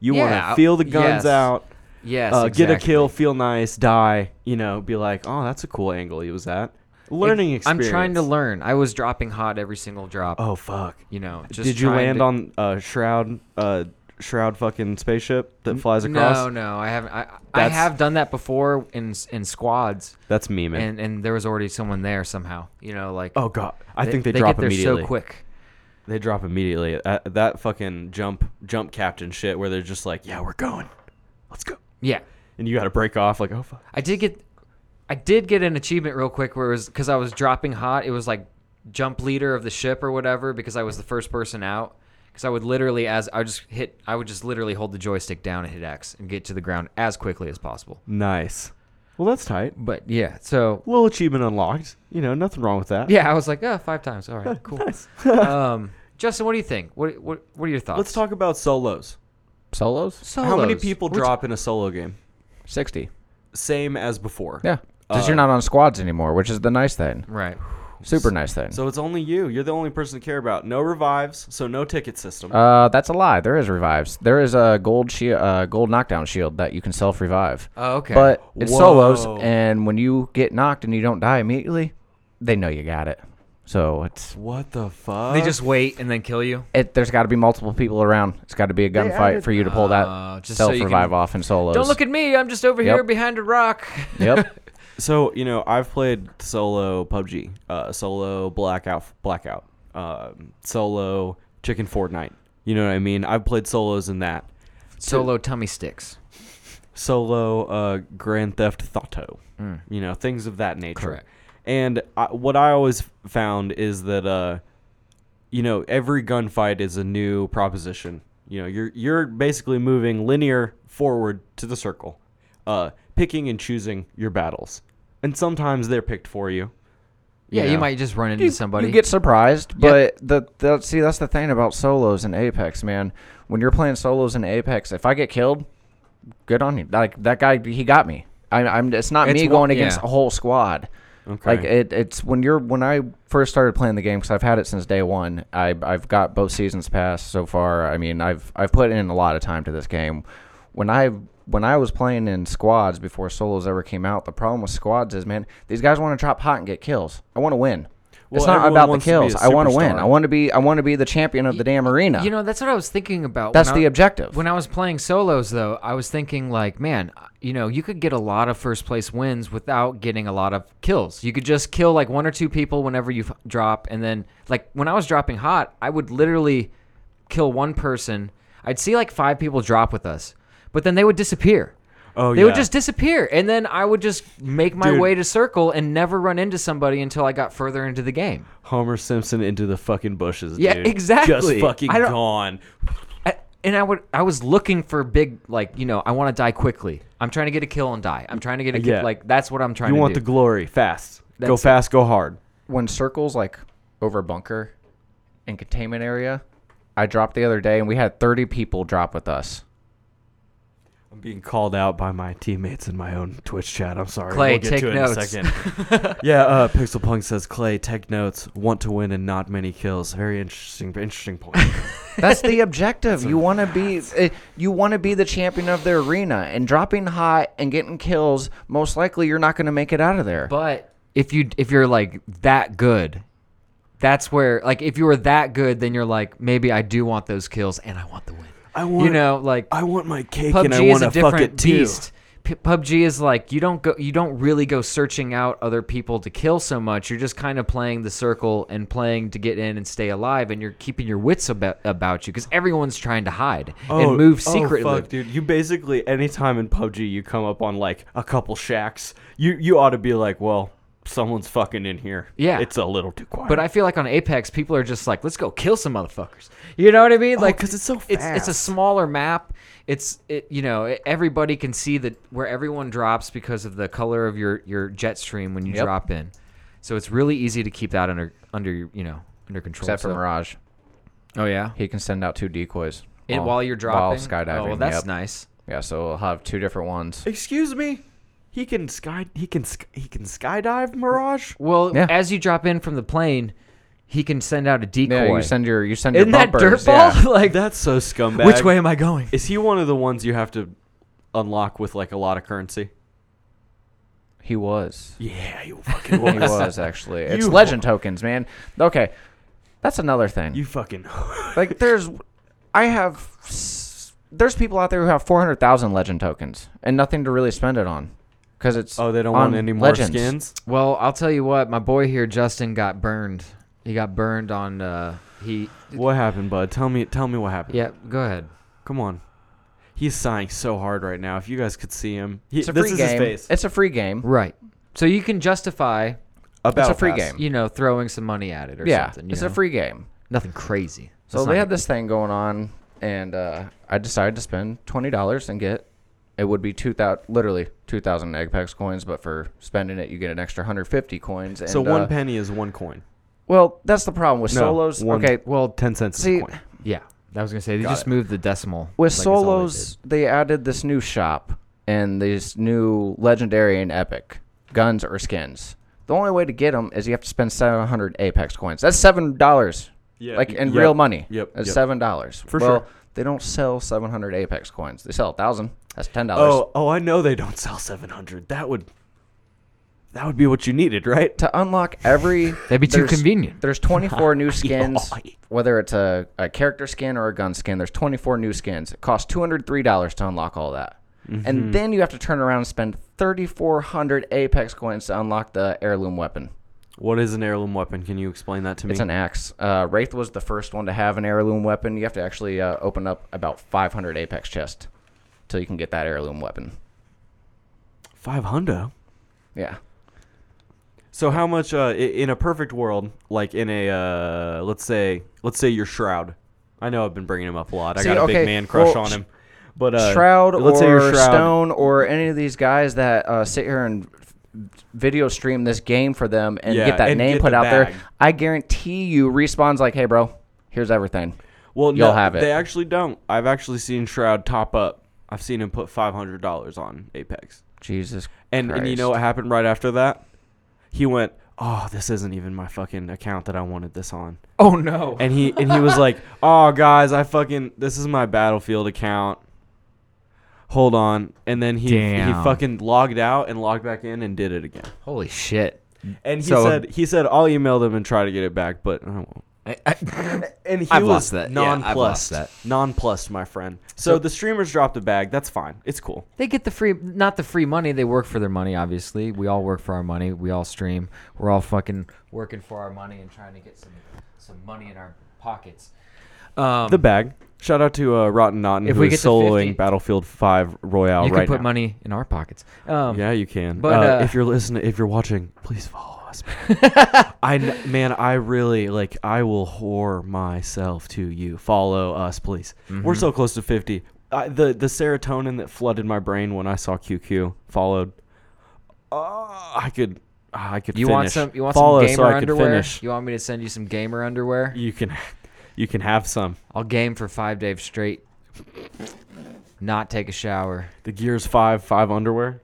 Speaker 3: You
Speaker 2: Yeah,
Speaker 3: wanna feel the guns
Speaker 2: yes.
Speaker 3: out.
Speaker 2: Yes,
Speaker 3: uh, get a
Speaker 2: exactly.
Speaker 3: kill, feel nice, die. You know, be like, oh, that's a cool angle he was at. Learning experience.
Speaker 2: I'm trying to learn. I was dropping hot every single drop.
Speaker 3: Oh fuck.
Speaker 2: You know, just
Speaker 3: Did you
Speaker 2: trying
Speaker 3: land
Speaker 2: to-
Speaker 3: on uh, Shroud uh, Shroud fucking spaceship that flies across?
Speaker 2: No, no, I haven't. I, I
Speaker 3: That's-
Speaker 2: have done that before in s- in squads.
Speaker 3: That's me, man.
Speaker 2: And and there was already someone there somehow. You know, like
Speaker 3: Oh god, I
Speaker 2: they-
Speaker 3: think they,
Speaker 2: they
Speaker 3: drop
Speaker 2: get there so
Speaker 3: immediately.
Speaker 2: quick.
Speaker 3: They drop immediately. Uh, that fucking jump jump captain shit where they're just like, yeah, we're going. Let's go.
Speaker 2: Yeah.
Speaker 3: And you got to break off like, oh fuck.
Speaker 2: I did get, I did get an achievement real quick where it was because I was dropping hot. It was like jump leader of the ship or whatever because I was the first person out. Because I would literally as I would just hit, I would just literally hold the joystick down and hit X and get to the ground as quickly as possible.
Speaker 3: Nice. Well, that's tight.
Speaker 2: But yeah, so
Speaker 3: Little achievement unlocked. You know, nothing wrong with that.
Speaker 2: yeah, I was like, oh, five times. All right,
Speaker 3: [laughs]
Speaker 2: cool. um, Justin, what do you think? What what what are your thoughts?
Speaker 3: Let's talk about solos.
Speaker 8: Solos?
Speaker 2: Solos.
Speaker 3: How many people
Speaker 2: We're t-
Speaker 3: drop in a solo game?
Speaker 8: 60.
Speaker 3: Same as before.
Speaker 8: Yeah.
Speaker 6: Uh-huh.
Speaker 8: Because you're not on squads anymore, which is the nice thing.
Speaker 3: [sighs]
Speaker 2: Right.
Speaker 8: Super nice thing.
Speaker 3: So it's only you. You're the only person to care about. No revives, so no ticket system.
Speaker 8: uh, that's a lie. There is revives. There is a gold shi- uh, gold knockdown shield that you can self revive.
Speaker 2: Oh, okay.
Speaker 8: But it's
Speaker 3: Whoa.
Speaker 8: solos, and when you get knocked and you don't die immediately, they know you got it. So it's
Speaker 3: what the fuck?
Speaker 2: they just wait and then kill you.
Speaker 8: it. There's got to be multiple people around. It's got to be a gunfight
Speaker 3: added-
Speaker 8: for you to pull that
Speaker 2: Uh, just so you
Speaker 8: self
Speaker 2: can-
Speaker 8: revive off in solos.
Speaker 2: Don't look at me. I'm just over
Speaker 8: Yep.
Speaker 2: here behind a rock.
Speaker 8: Yep.
Speaker 3: So you know, I've played solo PUBG, uh, solo Blackout, Blackout, um, solo Chicken Fortnite. You know what I mean? I've played solos in that.
Speaker 2: [laughs] Solo tummy sticks.
Speaker 3: Solo uh, Grand Theft Auto. You know, things of that nature.
Speaker 2: Mm. Correct.
Speaker 3: And I, what I always found is that uh, you know, every gunfight is a new proposition. You know, you're you're basically moving linear forward to the circle, uh, picking and choosing your battles, and sometimes they're picked for you.
Speaker 2: Yeah, you
Speaker 3: know.
Speaker 2: might just run into
Speaker 8: you,
Speaker 2: somebody.
Speaker 8: You get surprised, but the, the see that's the thing about solos in Apex, man. When you're playing solos in Apex, if I get killed, good on you. Like that guy, he got me. I, I'm. It's not
Speaker 6: It's
Speaker 8: me
Speaker 6: one-
Speaker 8: going against
Speaker 6: yeah.
Speaker 8: a whole squad.
Speaker 3: Okay.
Speaker 8: Like it, it's when you're when I first started playing the game because I've had it since day one. I I've got both seasons passed so far. I mean I've I've put in a lot of time to this game. When I when I was playing in squads before solos ever came out, the problem with squads is man, these guys want to drop hot and get kills. I want to win.
Speaker 3: Well,
Speaker 8: it's not
Speaker 3: everyone
Speaker 8: about the
Speaker 3: wants to be a
Speaker 8: kills. I want to win.
Speaker 3: superstar.
Speaker 8: I want to be I want to be the champion of the damn arena.
Speaker 2: You know, that's what I was thinking about.
Speaker 8: That's
Speaker 2: when I-
Speaker 8: the objective.
Speaker 2: When I was playing solos, though, I was thinking like, man, you know, you could get a lot of first place wins without getting a lot of kills. You could just kill like one or two people whenever you f- drop, and then like when I was dropping hot, I would literally kill one person. I'd see like five people drop with us, but then they would disappear.
Speaker 3: Oh,
Speaker 2: they would
Speaker 3: yeah.
Speaker 2: just disappear, and then I would just make my
Speaker 3: Dude.
Speaker 2: way to circle and never run into somebody until I got further into the game.
Speaker 3: Homer Simpson into the fucking bushes.
Speaker 2: Yeah,
Speaker 3: dude. Just
Speaker 2: exactly.
Speaker 3: fucking
Speaker 2: I don't-
Speaker 3: gone.
Speaker 2: I, and I would I was looking for big like you know I want to die quickly. I'm trying to get a kill and die. I'm trying to get a kill.
Speaker 3: Uh, Yeah.
Speaker 2: Like that's what I'm trying
Speaker 3: You
Speaker 2: to
Speaker 3: want
Speaker 2: do.
Speaker 3: the glory fast. go
Speaker 2: That's it.
Speaker 3: fast, go hard.
Speaker 8: when circles like over bunker and containment area, I dropped the other day and we had 30 people drop with us.
Speaker 3: I'm being called out by my teammates in my own Twitch chat. I'm sorry.
Speaker 2: Clay,
Speaker 3: we'll get
Speaker 2: take
Speaker 3: to it in a
Speaker 2: notes.
Speaker 3: second.
Speaker 2: [laughs]
Speaker 3: yeah, uh, Pixel Punk says Clay, take notes. Want to win and not many kills. Very interesting. Interesting
Speaker 2: [laughs]
Speaker 3: point.
Speaker 8: That's the objective. you want to be uh, you want to be the champion of the arena and dropping hot and getting kills, most likely you're not going to make it out of there.
Speaker 2: but if you if you're like that good, that's where like if you were that good, then you're like maybe I do want those kills and I want the win.
Speaker 3: I want.
Speaker 2: you know like
Speaker 3: I want my cake and I
Speaker 2: PUBG is
Speaker 3: want
Speaker 2: a
Speaker 3: to fuck it
Speaker 2: different
Speaker 3: too.
Speaker 2: beast. P- PUBG is like you don't go you don't really go searching out other people to kill so much. You're just kind of playing the circle and playing to get in and stay alive and you're keeping your wits about, about you cuz everyone's trying to hide and move secretly.
Speaker 3: Oh, fuck, dude. You basically anytime in PUBG you come up on like a couple shacks, you you ought to be like, well, someone's fucking in here.
Speaker 2: Yeah.
Speaker 3: It's a little too quiet.
Speaker 2: But I feel like on Apex, people are just like, let's go kill some motherfuckers. You know what I mean? Like,
Speaker 3: Oh, 'cause it's so
Speaker 2: It's, it's a
Speaker 3: fast.
Speaker 2: smaller map. It's it, you know e- everybody can see that where everyone drops because of the color of your your jet stream when you
Speaker 8: Yep.
Speaker 2: drop in. So it's really easy to keep that under under your- you know under control.
Speaker 8: Except for
Speaker 2: So-
Speaker 8: Mirage,
Speaker 2: oh yeah,
Speaker 8: he can send out two decoys
Speaker 2: it, while you're dropping.
Speaker 8: while skydiving.
Speaker 2: Oh well, that's
Speaker 8: yep.
Speaker 2: nice.
Speaker 8: Yeah, so we'll have two different ones.
Speaker 3: Excuse me. He can sky. He can. sk- He can skydive Mirage.
Speaker 2: Well,
Speaker 8: Yeah.
Speaker 2: as you drop in from the plane, he can send out a decoy.
Speaker 8: Yeah, you send your you send
Speaker 2: Isn't
Speaker 8: your
Speaker 2: that
Speaker 8: bumpers.
Speaker 2: dirtball? [laughs]
Speaker 8: Yeah.
Speaker 2: like
Speaker 3: That's so scumbag.
Speaker 2: which way am I going?
Speaker 3: Is he one of the ones you have to unlock with like a lot of currency?
Speaker 8: He was.
Speaker 3: Yeah, you fucking [laughs]
Speaker 8: He was actually. It's
Speaker 3: You-
Speaker 8: legend tokens, man. Okay, that's another thing.
Speaker 3: you fucking. [laughs]
Speaker 8: like there's, I have, s- there's people out there who have four hundred thousand legend tokens and nothing to really spend it on, because it's
Speaker 3: Oh, they don't
Speaker 8: on
Speaker 3: want any more
Speaker 8: legends.
Speaker 3: skins.
Speaker 2: Well, I'll tell you what, my boy here, Justin, got burned. He got burned on. Uh, he
Speaker 3: What happened, bud? Tell me. Tell me what happened.
Speaker 2: yeah. Go ahead.
Speaker 3: Come on. He's sighing so hard right now. If you guys could see him, he,
Speaker 8: It's a
Speaker 3: this
Speaker 8: free
Speaker 3: is
Speaker 8: game.
Speaker 3: his face.
Speaker 8: It's a free game.
Speaker 2: Right. So you can justify,
Speaker 3: About
Speaker 8: free
Speaker 3: pass.
Speaker 8: game.
Speaker 2: you know, throwing some money at it or
Speaker 8: Yeah,
Speaker 2: something. you
Speaker 8: it's a
Speaker 2: know?
Speaker 8: free game.
Speaker 2: Nothing crazy.
Speaker 8: So they had this thing going on, and uh, I decided to spend twenty dollars and get it would be two thousand, literally two thousand Apex coins, but for spending it, you get an extra hundred fifty coins. And,
Speaker 3: So one
Speaker 8: uh,
Speaker 3: penny is one coin.
Speaker 8: Well, that's the problem with
Speaker 3: No,
Speaker 8: solos.
Speaker 3: one-
Speaker 8: okay, well,
Speaker 3: Well, ten cents
Speaker 8: see, uh,
Speaker 3: is a coin.
Speaker 2: Yeah. I was gonna say they just moved the decimal.
Speaker 8: with
Speaker 2: like, that's all they
Speaker 8: solos, they added this new shop and these new legendary and epic guns or skins. The only way to get them is you have to spend seven hundred Apex coins. That's seven dollars.
Speaker 3: Yeah,
Speaker 8: like
Speaker 3: y-
Speaker 8: in
Speaker 3: yep,
Speaker 8: real money.
Speaker 3: yep,
Speaker 8: That's
Speaker 3: yep.
Speaker 8: seven dollars.
Speaker 3: For
Speaker 8: well,
Speaker 3: sure.
Speaker 8: They don't sell seven hundred Apex coins. They sell a thousand. That's ten dollars.
Speaker 3: Oh, oh, I know they don't sell seven hundred. That would. That would be what you needed, right?
Speaker 8: To unlock every
Speaker 2: [laughs] That'd be too
Speaker 8: there's-
Speaker 2: convenient. [laughs]
Speaker 8: There's 24 new skins,
Speaker 3: Yeah.
Speaker 8: whether it's a, a character skin or a gun skin. There's 24 new skins. It costs 203 dollars to unlock all that, and then you have to turn around and spend 3,400 Apex coins to unlock the heirloom weapon.
Speaker 3: What is an heirloom weapon? Can you explain that to me?
Speaker 8: It's an axe. Uh, Wraith was the first one to have an heirloom weapon. You have to actually uh, open up about 500 Apex chests till you can get that heirloom weapon.
Speaker 3: Five hundo.
Speaker 8: Yeah.
Speaker 3: So how much uh, i- in a perfect world, like in a uh, let's say let's say your shroud. I know I've been bringing him up a lot. I
Speaker 8: See,
Speaker 3: got a
Speaker 8: okay,
Speaker 3: big man crush
Speaker 8: well,
Speaker 3: on him. But uh,
Speaker 8: Shroud
Speaker 3: let's
Speaker 8: or
Speaker 3: say your shroud,
Speaker 8: Stone or any of these guys that uh, sit here and video stream this game for them and
Speaker 3: Yeah,
Speaker 8: get that
Speaker 3: and
Speaker 8: name
Speaker 3: get
Speaker 8: put
Speaker 3: the
Speaker 8: out
Speaker 3: bag.
Speaker 8: there, I guarantee you respawn's like, hey, bro, here's everything.
Speaker 3: Well,
Speaker 8: you'll
Speaker 3: no,
Speaker 8: have it.
Speaker 3: They actually don't. I've actually seen Shroud top up. I've seen him put five hundred dollars on Apex,
Speaker 8: Jesus.
Speaker 3: and and you know what
Speaker 8: Christ.
Speaker 3: happened right after that? He went, "Oh, this isn't even my fucking account that I wanted this on."
Speaker 2: Oh no.
Speaker 3: and he and he was like, "Oh guys, I fucking this is my Battlefield account. Hold on." And then he he
Speaker 2: Damn.
Speaker 3: fucking logged out and logged back in and did it again.
Speaker 2: Holy shit. [laughs]
Speaker 3: And he
Speaker 2: So- uh,
Speaker 3: said he said I'll email them and try to get it back, but I won't.
Speaker 2: I, I,
Speaker 3: And he
Speaker 2: I've
Speaker 3: was
Speaker 2: lost that. Yeah, I've
Speaker 3: nonplussed.
Speaker 2: lost that.
Speaker 3: Nonplussed, my friend. So, the streamers dropped a bag. That's fine. It's cool.
Speaker 2: they get the free, not the free money. They work for their money. Obviously, we all work for our money. We all stream. We're all fucking working for our money and trying to get some some money in our pockets. Um,
Speaker 3: The bag. Shout out to uh, Rotten Naughton
Speaker 2: If
Speaker 3: who
Speaker 2: we
Speaker 3: is
Speaker 2: get to 50
Speaker 3: soloing Battlefield 5 Royale
Speaker 2: you
Speaker 3: right
Speaker 2: can put
Speaker 3: now.
Speaker 2: money in our pockets. Um,
Speaker 3: Yeah, you can.
Speaker 2: But,
Speaker 3: uh,
Speaker 2: uh,
Speaker 3: if you're listening, if you're watching, please follow us. Man.
Speaker 2: [laughs]
Speaker 3: I kn- man, I really like. I will whore myself to you. Follow us, please.
Speaker 2: Mm-hmm.
Speaker 3: We're so close to fifty. I, the the serotonin that flooded my brain when I saw QQ followed. Uh, I could, I could.
Speaker 2: You
Speaker 3: finish.
Speaker 2: want some? You want
Speaker 3: follow
Speaker 2: some gamer
Speaker 3: so I could
Speaker 2: underwear?
Speaker 3: finish.
Speaker 2: You want me to send you some gamer underwear?
Speaker 3: You can, you can have some.
Speaker 2: I'll game for five days straight. Not take a shower.
Speaker 3: The Gears Five Five underwear.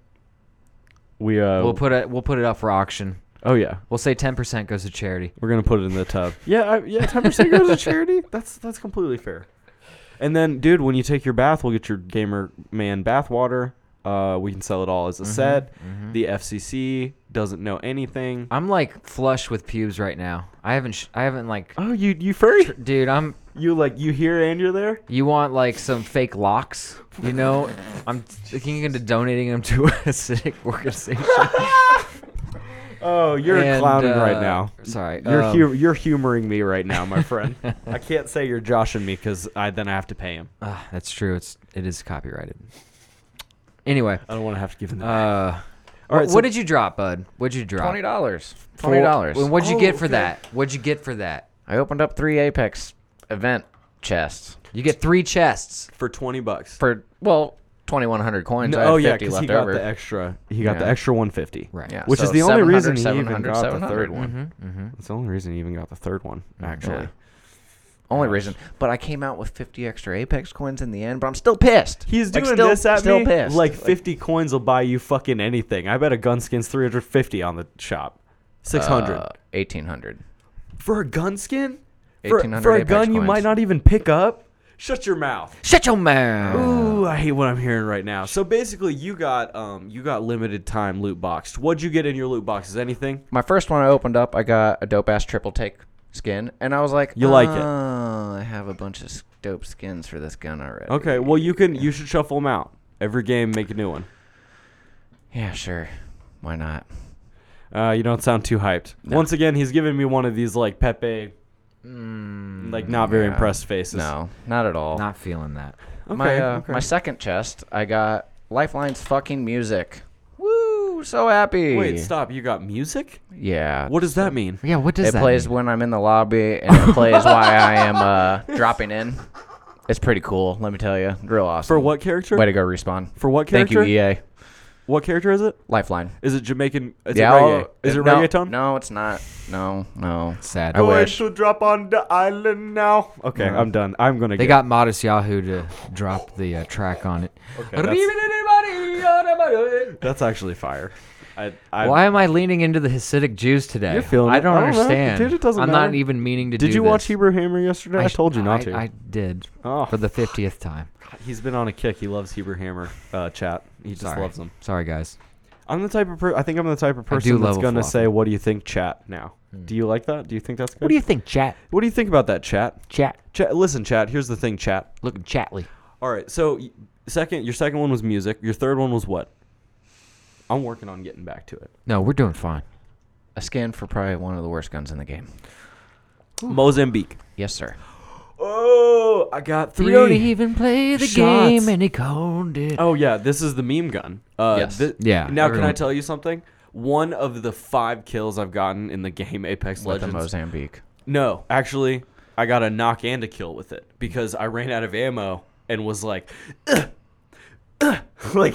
Speaker 3: We uh.
Speaker 2: We'll put it. We'll put it up for auction.
Speaker 3: oh yeah.
Speaker 2: We'll say ten percent goes to charity.
Speaker 3: We're gonna put it in the tub. [laughs] yeah, I, yeah. Ten percent goes to [laughs] charity. That's that's completely fair. And then, dude, when you take your bath, we'll get your gamer man bath water. Uh, we can sell it all as a
Speaker 2: Mm-hmm,
Speaker 3: set. The FCC doesn't know anything.
Speaker 2: I'm like flush with pubes right now. I haven't. Sh- I haven't like.
Speaker 3: oh, you you furry?
Speaker 2: Dude, I'm.
Speaker 3: You like you here and you're there?
Speaker 2: You want like some fake locks? You know, I'm thinking into donating them to a [laughs] civic organization.
Speaker 3: Oh, [laughs] you're
Speaker 2: And,
Speaker 3: clowning right
Speaker 2: uh,
Speaker 3: now.
Speaker 2: Sorry,
Speaker 3: You're
Speaker 2: um,
Speaker 3: hu- you're humoring me right now, my
Speaker 2: [laughs]
Speaker 3: friend. I can't say you're joshing me because I then I have to pay him.
Speaker 2: Ah, that's true. It's it is copyrighted. Anyway,
Speaker 3: I don't want to have to give him. That.
Speaker 2: uh,
Speaker 3: All right.
Speaker 2: what
Speaker 3: so-
Speaker 2: did you drop, bud? What'd you drop?
Speaker 8: Twenty dollars. Twenty dollars.
Speaker 2: Well, What'd you get
Speaker 3: Oh,
Speaker 2: for that? What'd you get for that?
Speaker 8: I opened up three Apex event chests
Speaker 2: You get three chests.
Speaker 3: for twenty bucks?
Speaker 8: for well twenty one hundred coins.
Speaker 3: No,
Speaker 8: I had
Speaker 3: oh yeah,
Speaker 8: fifty
Speaker 3: because
Speaker 8: left
Speaker 3: he got
Speaker 8: over.
Speaker 3: the extra. He got the
Speaker 8: Yeah.
Speaker 3: extra 150.
Speaker 2: Right.
Speaker 8: yeah,
Speaker 3: Which
Speaker 8: so
Speaker 3: is the only
Speaker 8: 700,
Speaker 3: reason he even
Speaker 8: 700,
Speaker 3: got the
Speaker 8: 700.
Speaker 3: third one. That's the only reason he even got the third one,
Speaker 8: Mm-hmm.
Speaker 3: actually.
Speaker 8: Only reason, but I came out with fifty extra Apex coins in the end. But I'm still pissed.
Speaker 3: He's
Speaker 8: Like,
Speaker 3: doing
Speaker 8: still-
Speaker 3: this at
Speaker 8: still
Speaker 3: me.
Speaker 8: Pissed.
Speaker 3: Like 50 coins will buy you fucking anything. I bet a gunskin's 350 on the shop. 600
Speaker 8: Uh, eighteen hundred.
Speaker 3: for a gunskin. For,
Speaker 8: 1800
Speaker 3: for a
Speaker 8: Apex
Speaker 3: gun you
Speaker 8: coins.
Speaker 3: might not even pick up. Shut your mouth.
Speaker 2: Shut your
Speaker 8: Uh.
Speaker 2: mouth.
Speaker 3: Ooh, I hate what I'm hearing right now. So basically, you got um, you got limited time loot boxed. What'd you get in your loot boxes? Anything?
Speaker 8: My first one I opened up, I got a dope ass triple take skin, and I was like,
Speaker 3: You like it.
Speaker 8: "Oh, I have a bunch of s- dope skins for this gun already.
Speaker 3: Okay, well you can you should shuffle them out. Every game, make a new one.
Speaker 8: Yeah, sure. Why not?
Speaker 3: Uh, you don't sound too hyped. Once again, he's giving me one of these like Pepe, like not very
Speaker 8: yeah.
Speaker 3: impressed faces.
Speaker 8: No, not at all.
Speaker 2: Not feeling that.
Speaker 3: Okay.
Speaker 8: my uh,
Speaker 3: okay.
Speaker 8: my second chest, I got Lifeline's fucking music. Woo! So happy.
Speaker 3: Wait, stop. You got music?
Speaker 8: Yeah.
Speaker 3: What does that mean?
Speaker 2: Yeah, what does
Speaker 8: it
Speaker 2: that
Speaker 8: plays
Speaker 2: mean?
Speaker 8: when I'm in the lobby, and it plays why I
Speaker 2: [laughs]
Speaker 8: am uh, dropping in. It's pretty cool, let me tell you. Real awesome.
Speaker 3: For what character?
Speaker 8: Way to go, respawn.
Speaker 3: For what
Speaker 8: Thank you, E
Speaker 3: character?
Speaker 8: EA.
Speaker 3: What character is it?
Speaker 8: Lifeline.
Speaker 3: Is it Jamaican? Is
Speaker 8: Yeah,
Speaker 3: it
Speaker 8: I'll- uh,
Speaker 3: reggae? Is it E
Speaker 8: no,
Speaker 3: reggaeton?
Speaker 8: No, it's not. No, no.
Speaker 2: Sad.
Speaker 8: I wish.
Speaker 3: should drop on the island now. Okay, I'm done. I'm gonna.
Speaker 2: They
Speaker 3: get,
Speaker 2: got Modest Yahoo to drop the uh, track on it.
Speaker 3: Okay, That's actually fire. I, I,
Speaker 2: Why am I leaning into the Hasidic Jews today?
Speaker 3: You're feeling
Speaker 2: I
Speaker 3: it.
Speaker 2: don't
Speaker 3: I don't know.
Speaker 2: understand.
Speaker 3: Dude, it doesn't
Speaker 2: I'm
Speaker 3: matter.
Speaker 2: not even meaning to do
Speaker 3: Did you watch
Speaker 2: this.
Speaker 3: Hebrew Hammer yesterday? I,
Speaker 2: sh-
Speaker 3: told you not
Speaker 2: I-
Speaker 3: to.
Speaker 2: I did.
Speaker 3: Oh.
Speaker 2: For the 50th time.
Speaker 3: He's been on a kick. He loves Hebrew Hammer uh, chat. He [laughs] just
Speaker 2: Sorry.
Speaker 3: loves them.
Speaker 2: Sorry, guys.
Speaker 3: I'm the type of per- I think I'm the type of person
Speaker 2: do
Speaker 3: that's
Speaker 2: love a
Speaker 3: gonna
Speaker 2: falafel.
Speaker 3: say, "What do you think, chat?" Now, do you like that? Do you think that's good?
Speaker 2: What do you think, chat?
Speaker 3: What do you think about that, chat?
Speaker 2: Chat.
Speaker 3: Chat. Listen, chat. Here's the thing, chat.
Speaker 2: Looking chatly.
Speaker 3: All right. So, y- second, your second one was music. Your third one was what? I'm working on getting back to it.
Speaker 2: No, we're doing fine.
Speaker 8: A skin for probably one of the worst guns in the game.
Speaker 3: Mozambique.
Speaker 8: Yes, sir.
Speaker 3: Oh, I got
Speaker 2: You
Speaker 3: three.
Speaker 2: don't even play the
Speaker 3: Shots.
Speaker 2: game, and he called it.
Speaker 3: Oh yeah, this is the meme gun. Uh,
Speaker 8: Yes.
Speaker 3: thi-
Speaker 2: Yeah,
Speaker 3: Now can I
Speaker 2: everyone-
Speaker 3: tell you something? One of the five kills I've gotten in the game Apex
Speaker 8: With the
Speaker 3: Legends.
Speaker 8: Mozambique.
Speaker 3: No, actually, I got a knock and a kill with it because I ran out of ammo and was like, [coughs] "Ugh, ugh," like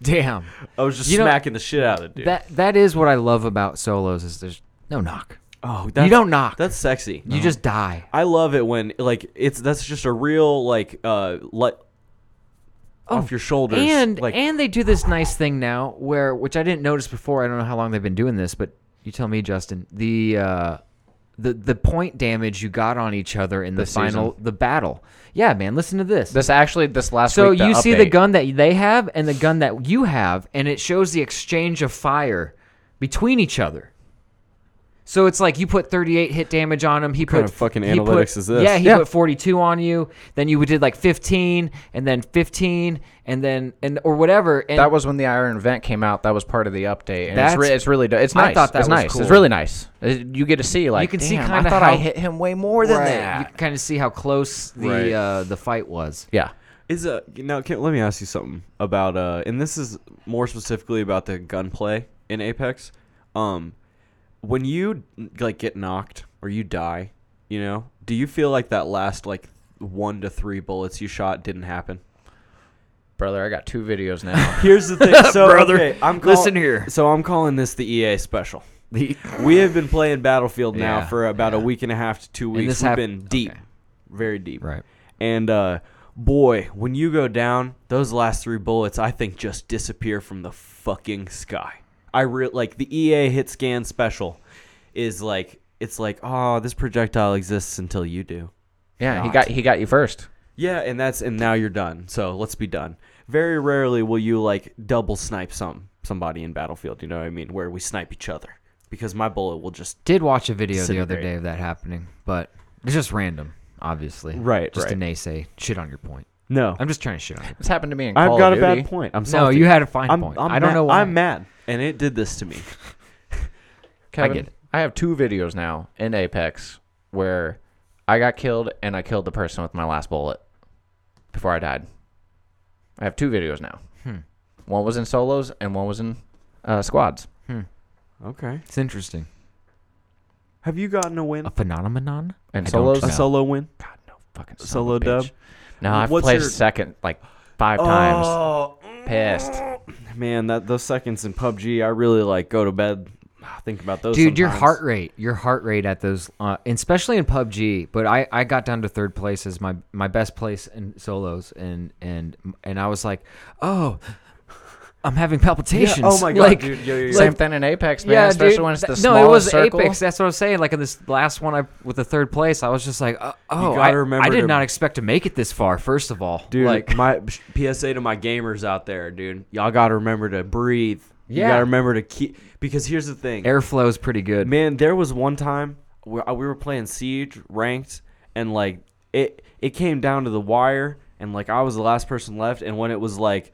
Speaker 2: Damn.
Speaker 3: I was just
Speaker 2: You know,
Speaker 3: smacking the shit out of the dude.
Speaker 2: That that is what I love about solos is there's no knock.
Speaker 3: oh,
Speaker 2: don't knock.
Speaker 3: That's sexy.
Speaker 2: You just die.
Speaker 3: I love it when like it's that's just a real like uh like off your shoulders
Speaker 2: Oh, And
Speaker 3: like
Speaker 2: and they do this nice thing now where which I didn't notice before. I don't know how long they've been doing this, but you tell me, Justin. The uh, the the point damage you got on each other in the,
Speaker 8: This
Speaker 2: final the battle. Yeah, man. Listen to this.
Speaker 8: This actually, this last
Speaker 2: so
Speaker 8: week,
Speaker 2: you see the
Speaker 8: update-
Speaker 2: gun that they have and the gun that you have, and it shows the exchange of fire between each other. So it's like you put 38 hit damage on him. He put
Speaker 3: kind of fucking
Speaker 2: he put-
Speaker 3: analytics is this?
Speaker 2: Yeah, he
Speaker 3: Yeah.
Speaker 2: put 42 on you. Then you did like 15, and then 15, and then and or whatever. And
Speaker 8: That was when the Iron Vent came out. That was part of the update, and it's,
Speaker 2: That's-
Speaker 8: re- it's really do- it's
Speaker 2: I
Speaker 8: nice.
Speaker 2: thought that
Speaker 8: it's
Speaker 2: was
Speaker 8: nice.
Speaker 2: cool.
Speaker 8: It's really nice. Uh, You get to see like
Speaker 2: can see
Speaker 8: "Damn, I
Speaker 2: kinda
Speaker 8: thought I
Speaker 2: how-
Speaker 8: hit him way more than that.
Speaker 2: You kind of see how close the
Speaker 3: Right.
Speaker 2: uh, the fight was.
Speaker 8: yeah,
Speaker 3: Is a now? Can, let me ask you something about uh, and this is more specifically about the gunplay in Apex. Um, when you like get knocked or you die, you know, do you feel like that last like one to three bullets you shot didn't happen?
Speaker 8: brother, I got two videos now.
Speaker 3: Here's
Speaker 2: [laughs]
Speaker 3: the thing, so
Speaker 2: Brother,
Speaker 3: okay, I'm
Speaker 2: listen here. E
Speaker 3: So I'm calling this the EA special. we have been playing Battlefield now
Speaker 2: Yeah,
Speaker 3: for about a week and a half to two weeks.
Speaker 2: this
Speaker 3: We've
Speaker 2: hap-
Speaker 3: been deep,
Speaker 2: okay.
Speaker 3: very deep.
Speaker 2: Right.
Speaker 3: And uh, boy, when you go down, those last three bullets, I think, just disappear from the fucking sky. I re- like the EA hit scan special is like it's like oh this projectile exists until you do.
Speaker 8: yeah, he got he got you first.
Speaker 3: Yeah, and that's and now you're done. So let's be done. Very rarely will you like double snipe some somebody in Battlefield. You know what I mean? Where we snipe each other because my bullet will just
Speaker 2: Did watch a video the other
Speaker 3: Disintegrate.
Speaker 2: day of that happening, but it's just random, obviously.
Speaker 3: Right,
Speaker 2: Just
Speaker 3: right.
Speaker 2: a naysay. Shit on your point.
Speaker 3: no.
Speaker 2: I'm just trying to shit on you.
Speaker 8: This happened to me in
Speaker 3: I've
Speaker 8: Call
Speaker 3: got
Speaker 8: of
Speaker 3: a
Speaker 8: Duty.
Speaker 3: bad point. I'm
Speaker 2: No,
Speaker 3: sorry.
Speaker 2: you had a fine
Speaker 3: I'm,
Speaker 2: point.
Speaker 3: I'm
Speaker 2: I don't
Speaker 3: mad-
Speaker 2: know why.
Speaker 3: I'm mad, and it did this to me.
Speaker 8: Kevin,
Speaker 2: get it.
Speaker 8: I have two videos now in Apex where I got killed and I killed the person with my last bullet before
Speaker 2: Hmm.
Speaker 8: I died. I have two videos now. One was in solos and one was in uh, squads.
Speaker 3: Okay.
Speaker 2: It's interesting.
Speaker 3: Have you gotten a win?
Speaker 2: A phenomenon?
Speaker 8: And
Speaker 2: I don't
Speaker 8: solos?
Speaker 2: know.
Speaker 3: A solo win?
Speaker 8: God, no fucking son of
Speaker 3: Solo
Speaker 8: a bitch.
Speaker 3: dub?
Speaker 8: No, I've
Speaker 3: What's
Speaker 8: placed
Speaker 3: your-
Speaker 8: second like five times.
Speaker 3: Oh,
Speaker 8: Pissed.
Speaker 3: man, that those seconds in PUBG, I really like go to bed. ah, Think about those.
Speaker 2: Dude, your
Speaker 3: sometimes.
Speaker 2: heart rate, your heart rate at those, uh, especially in PUBG. But I, I got down to third place as my, my best place in solos, and and and I was like, oh, I'm having palpitations.
Speaker 3: Yeah, oh my god,
Speaker 2: Like,
Speaker 3: dude. Yeah, yeah, yeah.
Speaker 8: Same thing in Apex, man. especially
Speaker 2: dude,
Speaker 8: when it's the
Speaker 2: th-
Speaker 8: smallest
Speaker 2: No, it was
Speaker 8: circle.
Speaker 2: Apex. That's what I was saying. Like in this last one, I with the third place, I was just like, uh, oh,
Speaker 3: gotta
Speaker 2: I,
Speaker 3: remember
Speaker 2: I did
Speaker 3: to-
Speaker 2: not expect to make it this far. First of all,
Speaker 3: Dude,
Speaker 2: like
Speaker 3: my PSA to my gamers out there, dude. Y'all got to remember to breathe. You
Speaker 2: Yeah.
Speaker 3: got to remember to keep because here's the thing.
Speaker 2: airflow is pretty good.
Speaker 3: Man, there was one time where I- we were playing Siege ranked, and like it it came down to the wire, and like I was the last person left, and when it was like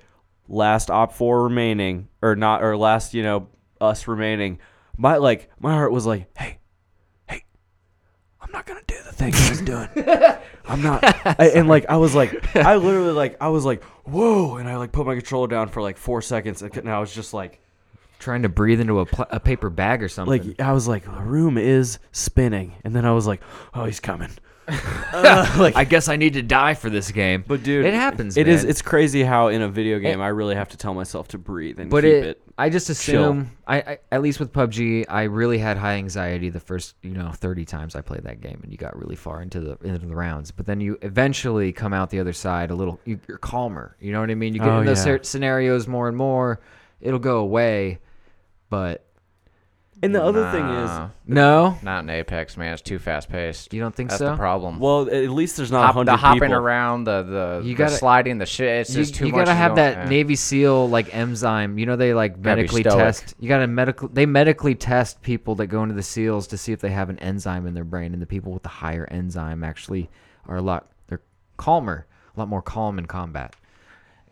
Speaker 3: last op four remaining, or not, or last you know us remaining, my like my heart was like, hey, hey, I'm not gonna do the thing he's doing. I'm not, I, and like I was like, I literally like I was like, whoa, and I like put my controller down for like four seconds, and I was just like.
Speaker 2: Trying to breathe into a, pl- a paper bag or something.
Speaker 3: Like I was like, the room is spinning, and then I was like, oh, he's coming.
Speaker 2: I guess I need to die for this game.
Speaker 3: But dude,
Speaker 2: it happens.
Speaker 3: It
Speaker 2: man.
Speaker 3: is- It's crazy how in a video game I really have to tell myself to breathe and
Speaker 2: but
Speaker 3: keep
Speaker 2: it,
Speaker 3: it.
Speaker 2: I just assume. I, I at least with PUBG, I really had high anxiety the first you know thirty times I played that game, and you got really far into the into the rounds. But then you eventually come out the other side a little. You, you're calmer. You know what I mean. You get
Speaker 3: Oh,
Speaker 2: in those
Speaker 3: yeah.
Speaker 2: cer- scenarios more and more. It'll go away, but
Speaker 3: And the other thing is,
Speaker 2: no,
Speaker 8: Not in Apex, man. It's too fast paced.
Speaker 2: you don't think
Speaker 8: That's
Speaker 2: so.
Speaker 8: the problem.
Speaker 3: well, at least there's not a
Speaker 8: Hop- the
Speaker 3: hundred
Speaker 8: hopping
Speaker 3: people.
Speaker 8: around, the the,
Speaker 2: You
Speaker 8: you
Speaker 2: gotta-
Speaker 8: the sliding, the shit. It's
Speaker 2: You,
Speaker 8: just too
Speaker 2: you
Speaker 8: much.
Speaker 2: gotta have
Speaker 8: don't-
Speaker 2: that
Speaker 8: eh.
Speaker 2: Navy SEAL like enzyme. You know they like
Speaker 8: gotta be
Speaker 2: medically
Speaker 8: stoic.
Speaker 2: test. You gotta medical. They medically test people that go into the SEALs to see if they have an enzyme in their brain, and the people with the higher enzyme actually are a lot. They're calmer, a lot more calm in combat.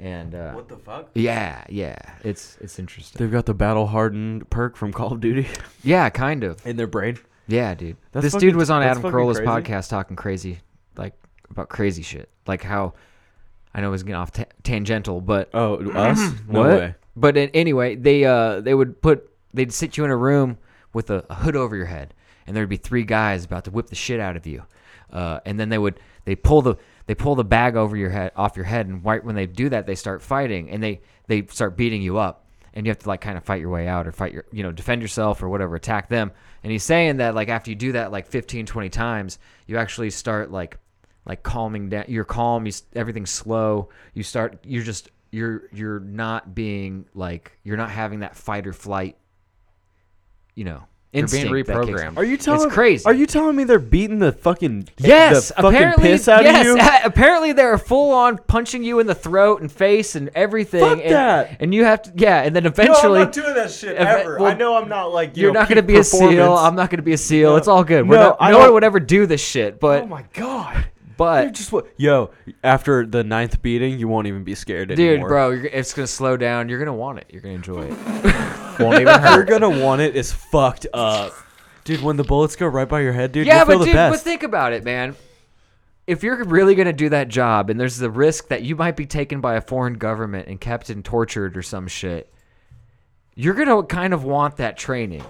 Speaker 2: And uh, what the fuck? Yeah, yeah. It's it's interesting.
Speaker 3: They've got the battle hardened perk from Call of Duty
Speaker 2: yeah, kind of.
Speaker 3: [laughs] in their brain.
Speaker 2: Yeah, dude.
Speaker 3: That's
Speaker 2: this
Speaker 3: fucking-
Speaker 2: dude was on
Speaker 3: that's
Speaker 2: Adam
Speaker 3: fucking
Speaker 2: Carolla's
Speaker 3: crazy.
Speaker 2: podcast talking crazy, like about crazy shit, like how. I know it was getting off ta- tangential, but
Speaker 3: [clears throat] Oh, us? No
Speaker 2: what?
Speaker 3: way.
Speaker 2: But in, anyway, they uh they would put they'd sit you in a room with a, a hood over your head, and there'd be three guys about to whip the shit out of you, uh, and then they would they pull the they pull the bag over your head off your head, and right when they do that, they start fighting, and they they start beating you up, and you have to like kind of fight your way out or fight your you know defend yourself or whatever, attack them. And he's saying that like after you do that like 15, 20 times, you actually start like like calming down you're calm you, s- everything's slow you start you're just you're you're not being like you're not having that fight or flight you know
Speaker 8: You're being
Speaker 2: instinct that kicks-
Speaker 8: reprogrammed.
Speaker 3: Are you telling?
Speaker 2: crazy.
Speaker 3: Are you telling me they're beating the fucking
Speaker 2: yes
Speaker 3: the fucking
Speaker 2: apparently
Speaker 3: piss out
Speaker 2: yes
Speaker 3: of you?
Speaker 2: [laughs] apparently they're full on punching you in the throat and face and everything
Speaker 3: Fuck
Speaker 2: and,
Speaker 3: that.
Speaker 2: and you have to yeah and then eventually
Speaker 3: doing that shit
Speaker 2: Ev- well,
Speaker 3: I'm not like
Speaker 2: you're not going to be a seal i'm not going to be a seal it's all good We're
Speaker 3: No,
Speaker 2: not-
Speaker 3: I
Speaker 2: no one
Speaker 3: don't-
Speaker 2: would ever do this shit but
Speaker 3: oh my god.
Speaker 2: but
Speaker 3: Dude, just what? Yo, after the ninth beating, you won't even be scared anymore.
Speaker 2: dude bro you're, it's going to slow down you're going to want it you're going to enjoy it
Speaker 8: won't even
Speaker 3: You're
Speaker 8: hurt.
Speaker 3: gonna want it is fucked up, dude. When the bullets go right by your head, dude.
Speaker 2: yeah,
Speaker 3: you'll
Speaker 2: but
Speaker 3: feel the
Speaker 2: dude, but
Speaker 3: best.
Speaker 2: think about it, man. If you're really gonna do that job, and there's the risk that you might be taken by a foreign government and kept and tortured or some shit, you're gonna kind of want that training.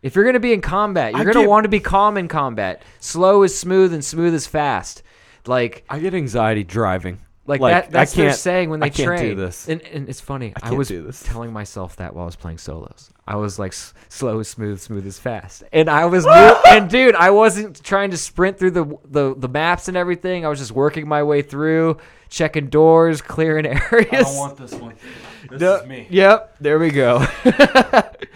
Speaker 2: If you're gonna be in combat, you're
Speaker 3: I
Speaker 2: gonna
Speaker 3: get-
Speaker 2: want to be calm in combat. Slow is smooth, and smooth is fast. Like
Speaker 3: I get anxiety driving.
Speaker 2: like, that,
Speaker 3: I
Speaker 2: that's their
Speaker 3: can't-
Speaker 2: saying when they
Speaker 3: I can't
Speaker 2: train.
Speaker 3: do this.
Speaker 2: And, and it's funny. I,
Speaker 3: can't
Speaker 2: was
Speaker 3: do this.
Speaker 2: telling myself that while I was playing solos. I was like, s- slow is smooth, smooth is fast. And I
Speaker 3: [laughs]
Speaker 2: was, new, and dude, I wasn't trying to sprint through the, the the maps and everything. I was just working my way through, checking doors, clearing [laughs] areas.
Speaker 3: this one. This is me.
Speaker 2: Yep, there we
Speaker 3: [laughs]
Speaker 2: go.
Speaker 3: You don't
Speaker 2: but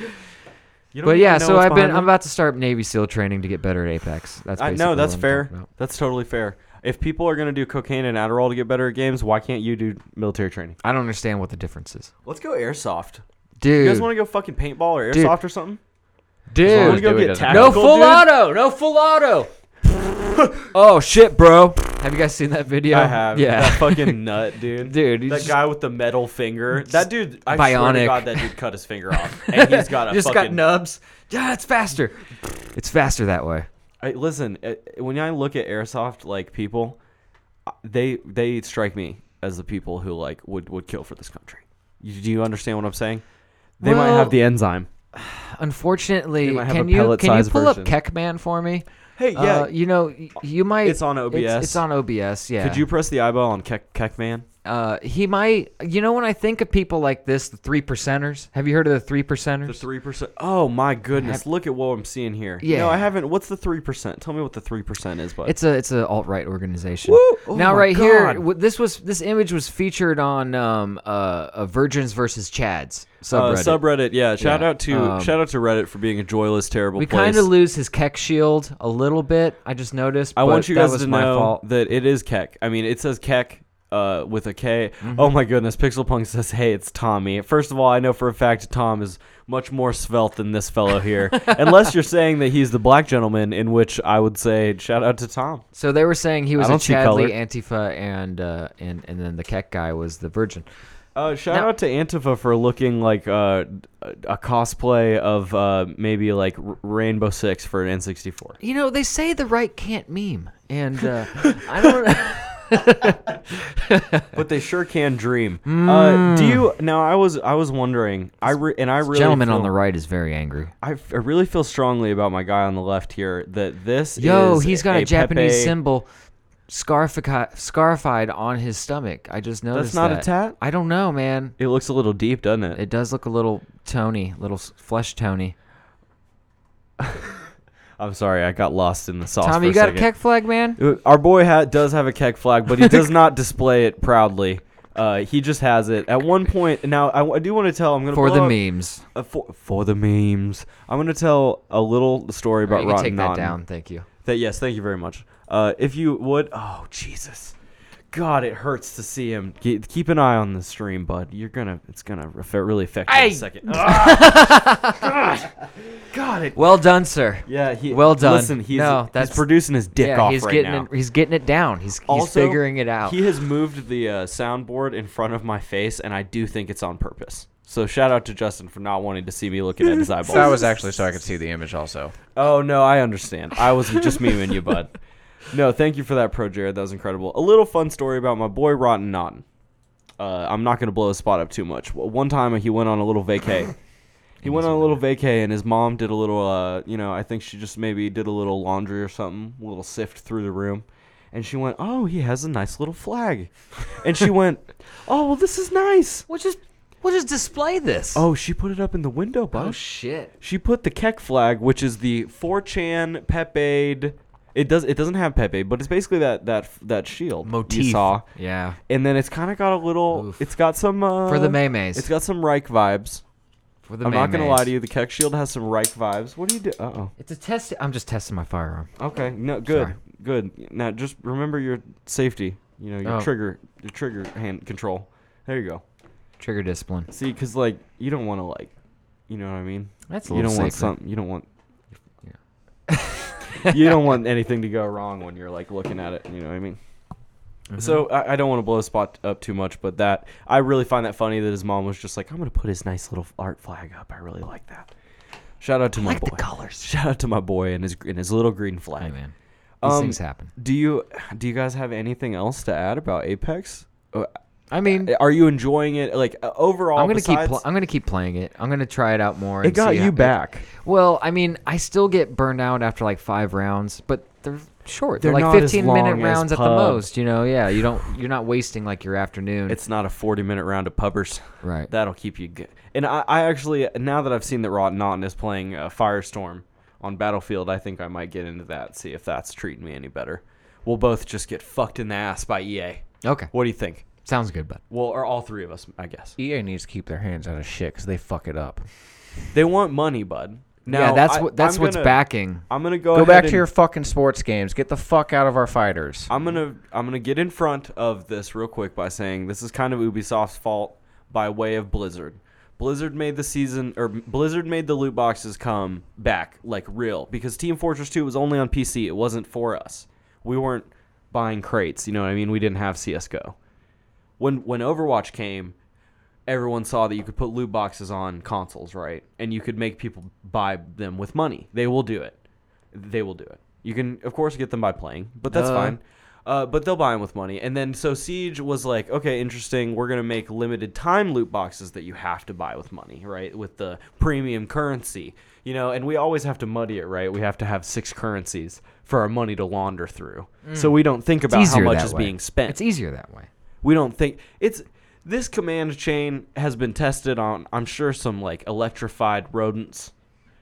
Speaker 3: even
Speaker 2: yeah,
Speaker 3: know
Speaker 2: so
Speaker 3: what's
Speaker 2: I've been.
Speaker 3: behind
Speaker 2: I'm
Speaker 3: them.
Speaker 2: about to start Navy SEAL training to get better at Apex. That's
Speaker 3: I
Speaker 2: basically
Speaker 3: know that's
Speaker 2: what I'm
Speaker 3: fair.
Speaker 2: talking about.
Speaker 3: That's totally fair. If people are gonna do cocaine and Adderall to get better at games, why can't you do military training?
Speaker 2: I don't understand what the difference is,
Speaker 3: Let's go airsoft.
Speaker 2: dude.
Speaker 3: You guys want to go fucking paintball or
Speaker 2: Dude.
Speaker 3: airsoft or something?
Speaker 2: dude,
Speaker 3: Wanna go
Speaker 8: Dewey
Speaker 3: get
Speaker 8: doesn't-
Speaker 2: No
Speaker 3: tactical,
Speaker 2: full
Speaker 3: dude?
Speaker 2: auto. No full auto. [laughs] oh shit, bro. Have you guys seen that video?
Speaker 3: I have.
Speaker 2: Yeah. [laughs]
Speaker 3: That fucking nut, dude.
Speaker 2: Dude, he's
Speaker 3: That
Speaker 2: just-
Speaker 3: guy with the
Speaker 2: [laughs]
Speaker 3: metal finger. That dude. I swear to
Speaker 2: Bionic.
Speaker 3: God, that dude cut his finger
Speaker 2: [laughs]
Speaker 3: off, and he's got a
Speaker 2: just
Speaker 3: fucking.
Speaker 2: got nubs. Yeah, it's faster. It's faster that way.
Speaker 3: I, listen, uh, when I look at airsoft like people, uh, they they strike me as the people who like would would kill for this country. You, do you understand what I'm saying? They might
Speaker 2: Well,
Speaker 3: have the enzyme.
Speaker 2: Unfortunately,
Speaker 3: They might have
Speaker 2: can
Speaker 3: a
Speaker 2: you can you
Speaker 3: pellet-sized
Speaker 2: pull up
Speaker 3: version.
Speaker 2: Keckman for me?
Speaker 3: Hey, yeah.
Speaker 2: Uh, you know, y- you might.
Speaker 3: It's on
Speaker 2: It's,
Speaker 3: OBS.
Speaker 2: it's on OBS. Yeah.
Speaker 3: Could you press the eyeball on Keck Keckman?
Speaker 2: Uh, he might. You know, when I think of people like this, the three percenters. Have you heard of the three percenters?
Speaker 3: The three percent. Oh my goodness! Look at what I'm seeing here.
Speaker 2: Yeah.
Speaker 3: No, I haven't. What's the three percent? Tell me what the three percent is, bud.
Speaker 2: It's a it's an alt right organization.
Speaker 3: Woo! Oh
Speaker 2: now
Speaker 3: my
Speaker 2: right here,
Speaker 3: God.
Speaker 2: w- this was this image was featured on um uh, uh Virgins versus Chads
Speaker 3: Uh,
Speaker 2: subreddit.
Speaker 3: subreddit. Yeah. Shout
Speaker 2: Yeah,
Speaker 3: out to
Speaker 2: um,
Speaker 3: shout out to Reddit for being a joyless, terrible
Speaker 2: we
Speaker 3: place.
Speaker 2: kind of lose his Keck shield a little bit. I just noticed.
Speaker 3: I
Speaker 2: but
Speaker 3: want you
Speaker 2: that
Speaker 3: guys
Speaker 2: was
Speaker 3: to
Speaker 2: my
Speaker 3: know
Speaker 2: fault.
Speaker 3: that it is Keck. I mean, it says Keck uh, with a K. Oh my goodness! Pixel Punk says, "Hey, it's Tommy." First of all, I know for a fact Tom is much more svelte than this fellow [laughs] here, unless you're saying that he's the black gentleman, in which I would say shout out to Tom.
Speaker 2: So they were saying he was
Speaker 3: I
Speaker 2: a
Speaker 3: don't see
Speaker 2: Chad
Speaker 3: color.
Speaker 2: Lee Antifa and uh and and then the Keck guy was the Virgin.
Speaker 3: Uh, shout
Speaker 2: Now-
Speaker 3: out to Antifa for looking like uh, a cosplay of uh, maybe like R- Rainbow Six for an N64.
Speaker 2: You know they say the right can't meme, and uh, I
Speaker 3: [laughs]
Speaker 2: don't.
Speaker 3: but they sure can dream. Uh, do you now? I was I was wondering. I re, and I really
Speaker 2: Hmm. Gentleman on
Speaker 3: feel-
Speaker 2: the right is very angry.
Speaker 3: I, f- I really feel strongly about my guy on the left here. That this
Speaker 2: Yo,
Speaker 3: is
Speaker 2: he's got a, Japanese
Speaker 3: Pepe-
Speaker 2: symbol scarified, scarified on his stomach. I just noticed
Speaker 3: not a
Speaker 2: that.
Speaker 3: tat?
Speaker 2: I don't know, man.
Speaker 3: It looks a little deep, doesn't it?
Speaker 2: It does look a little Tony, little s- flesh Tony.
Speaker 3: I'm sorry, I got lost in the sauce.
Speaker 2: Tommy,
Speaker 3: for
Speaker 2: you got
Speaker 3: second.
Speaker 2: a keck flag, man.
Speaker 3: Uh, Our boy ha- does have a keg flag,
Speaker 2: [laughs]
Speaker 3: but he does not display it proudly. Uh, he just has it. At one point, now I, w- I do want to tell. I'm gonna
Speaker 2: For the
Speaker 3: blow up-
Speaker 2: memes.
Speaker 3: uh, for, for the memes. I'm gonna tell a little story about
Speaker 2: Alright, you can
Speaker 3: Rotten
Speaker 2: take that
Speaker 3: Naan.
Speaker 2: down. Thank you.
Speaker 3: That yes, thank you very much. Uh, if you would, oh Jesus, God, it hurts to see him. Ge- keep an eye on the stream, bud. You're gonna, it's gonna ref- really affect you in a second. Ah! God, God, it.
Speaker 2: Well done, sir.
Speaker 3: [laughs] Yeah, he.
Speaker 2: Well done.
Speaker 3: Listen, he's,
Speaker 2: No, that's-
Speaker 3: he's producing his dick
Speaker 2: yeah,
Speaker 3: off
Speaker 2: he's
Speaker 3: right
Speaker 2: getting
Speaker 3: now.
Speaker 2: it. He's getting it down. He's he's
Speaker 3: Also,
Speaker 2: figuring it out.
Speaker 3: He has moved the uh, soundboard in front of my face, and I do think it's on purpose. So shout out to Justin for not wanting to see me looking
Speaker 8: [laughs]
Speaker 3: at his eyeballs.
Speaker 8: That was actually so I could see the image also.
Speaker 3: Oh no, I understand. I was just memeing you, bud. No, thank you for that, Pro Jared. That was incredible. A little fun story about my boy Rotten Notton. Uh, I'm not gonna blow his spot up too much. W- One time he went on a little vacay. He went on a little vacay, and his mom did a little. Uh, you know, I think she just maybe did a little laundry or something, a little sift through the room, and she went, "Oh, he has a nice little flag," and she went, "Oh, well, this is nice."
Speaker 2: we'll just we'll just display this.
Speaker 3: Oh, she put it up in the window, bud.
Speaker 2: Oh, shit.
Speaker 3: She put the Keck flag, which is the 4chan Pepe. It does. It doesn't have Pepe, but it's basically that that that shield
Speaker 2: Motif.
Speaker 3: you saw.
Speaker 2: Yeah.
Speaker 3: And then it's kind of got a little.
Speaker 2: Oof.
Speaker 3: It's got some uh,
Speaker 2: For the maymays.
Speaker 3: It's got some Reich vibes.
Speaker 2: For the
Speaker 3: I'm not gonna
Speaker 2: maymays.
Speaker 3: lie to you. The Keck shield has some Reich vibes. What do you do? Uh
Speaker 2: It's a test. I'm just testing my firearm.
Speaker 3: oh. Okay. No. Good.
Speaker 2: Sorry.
Speaker 3: Good. Now just remember your safety. You know your
Speaker 2: Oh.
Speaker 3: trigger. Your trigger hand control. There you go.
Speaker 2: Trigger discipline.
Speaker 3: See, because like you don't want to like, you know what I mean.
Speaker 2: That's a
Speaker 3: you
Speaker 2: little
Speaker 3: don't want
Speaker 2: sacred.
Speaker 3: something. You don't want.
Speaker 2: [laughs]
Speaker 3: [laughs] you don't want anything to go wrong when you're like looking at it. You know what I mean.
Speaker 2: Mm-hmm.
Speaker 3: So I, I don't want to blow the spot up too much, but that I really find that funny that his mom was just like, "I'm gonna put his nice little art flag up. I really like that." Shout out to my
Speaker 2: like the
Speaker 3: boy.
Speaker 2: colors.
Speaker 3: Shout out to my boy and his and his little green flag.
Speaker 2: Hey man, these
Speaker 3: Um,
Speaker 2: things happen.
Speaker 3: Do you do you guys have anything else to add about Apex? Uh,
Speaker 2: I mean,
Speaker 3: Are you enjoying it? Like uh, overall,
Speaker 2: I'm gonna keep.
Speaker 3: besides-
Speaker 2: Pl- I'm gonna keep playing it. I'm gonna try it out more.
Speaker 3: it
Speaker 2: and
Speaker 3: got
Speaker 2: see
Speaker 3: you
Speaker 2: how-
Speaker 3: back.
Speaker 2: well, I mean, I still get burned out after like five rounds, but they're short. They're,
Speaker 3: They're
Speaker 2: like
Speaker 3: not as
Speaker 2: 15 minute
Speaker 3: long as
Speaker 2: rounds at the
Speaker 3: pub.
Speaker 2: most. You know, yeah. You don't. You're not wasting like your afternoon.
Speaker 3: It's not a 40 minute round of pubbers.
Speaker 2: Right.
Speaker 3: That'll keep you good. And I, I actually, now that I've seen that Rotten Naughton is playing uh, Firestorm on Battlefield, I think I might get into that, see if that's treating me any better. We'll both just get fucked in the ass by EA.
Speaker 2: okay.
Speaker 3: What do you think?
Speaker 2: Sounds good, bud.
Speaker 3: Well, or all three of us, I guess.
Speaker 8: EA E needs to keep their hands out of shit because they fuck it up.
Speaker 3: They want money, bud. Now,
Speaker 2: yeah, that's
Speaker 3: I-
Speaker 2: what. That's
Speaker 3: I'm
Speaker 2: what's
Speaker 3: gonna-
Speaker 2: backing.
Speaker 3: I'm gonna go.
Speaker 8: Go back
Speaker 3: ahead
Speaker 8: to your
Speaker 3: and-
Speaker 8: fucking sports games. Get the fuck out of our fighters.
Speaker 3: I'm gonna I'm gonna get in front of this real quick by saying this is kind of Ubisoft's fault by way of Blizzard. Blizzard made the season or Blizzard made the loot boxes come back like real because Team Fortress 2 was only on PC. It wasn't for us. We weren't buying crates, you know what I mean? We didn't have CS:GO. When when Overwatch came, everyone saw that you could put loot boxes on consoles, right? And you could make people buy them with money. They will do it. They will do it. You can, of course, get them by playing, but that's
Speaker 2: Duh.
Speaker 3: fine. Uh, but they'll buy them with money. And then so Siege was like, okay, interesting. We're gonna make limited time loot boxes that you have to buy with money, right? With the premium currency, you know. And we always have to muddy it, right? We have to have six currencies for our money to launder through, so we don't think about how
Speaker 2: Mm. easier
Speaker 3: much
Speaker 2: that
Speaker 3: is
Speaker 2: way.
Speaker 3: being spent.
Speaker 2: It's easier that way.
Speaker 3: We don't think it's this command chain has been tested on. I'm sure some like electrified rodents.